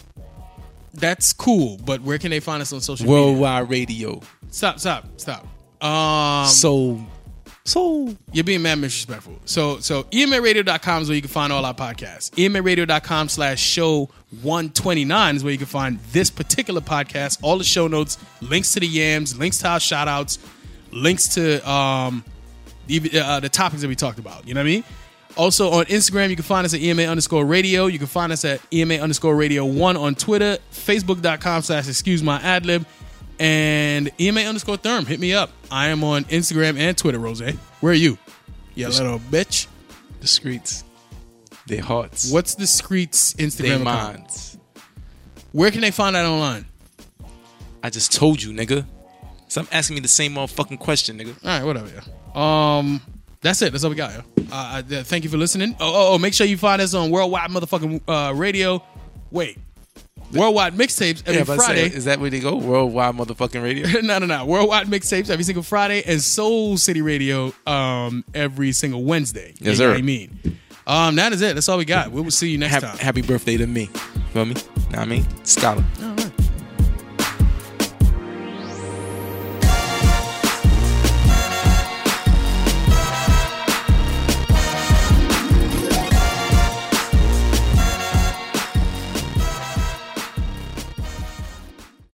Speaker 2: That's cool, but where can they find us on social media?
Speaker 3: Worldwide radio.
Speaker 2: Stop, stop, stop. Um,
Speaker 3: Soul. Soul.
Speaker 2: you're being mad disrespectful. So, so E emaradio.com is where you can find all our podcasts. E emaradio.com slash show 129 is where you can find this particular podcast, all the show notes, links to the yams, links to our shout outs, links to um, even, uh, the topics that we talked about. You know what I mean? Also on Instagram, you can find us at EMA underscore radio. You can find us at EMA underscore radio one on Twitter, Facebook.com slash excuse my ad lib, and EMA underscore therm. Hit me up. I am on Instagram and Twitter, Rose. Where are you? You little bitch.
Speaker 3: The streets. Their hearts.
Speaker 2: What's the streets
Speaker 3: Their
Speaker 2: Instagram account?
Speaker 3: minds.
Speaker 2: Where can they find that online?
Speaker 3: I just told you, nigga. Stop asking me the same motherfucking question, nigga.
Speaker 2: All right, whatever. Yeah. Um, that's it. That's all we got. Yeah. Uh, uh, thank you for listening. Oh, oh, oh, make sure you find us on Worldwide motherfucking uh, radio. Wait, Worldwide mixtapes every
Speaker 3: but
Speaker 2: Friday.
Speaker 3: is that where they go? Worldwide motherfucking radio.
Speaker 2: no, no, no. Worldwide mixtapes every single Friday and Soul City Radio um every single Wednesday. You
Speaker 3: Yes,
Speaker 2: know
Speaker 3: sir.
Speaker 2: what I mean, um, that is it. That's all we got. We will see you next
Speaker 3: Hap-
Speaker 2: time.
Speaker 3: happy birthday to me. Feel me? Know what I mean? Scholar.
Speaker 2: All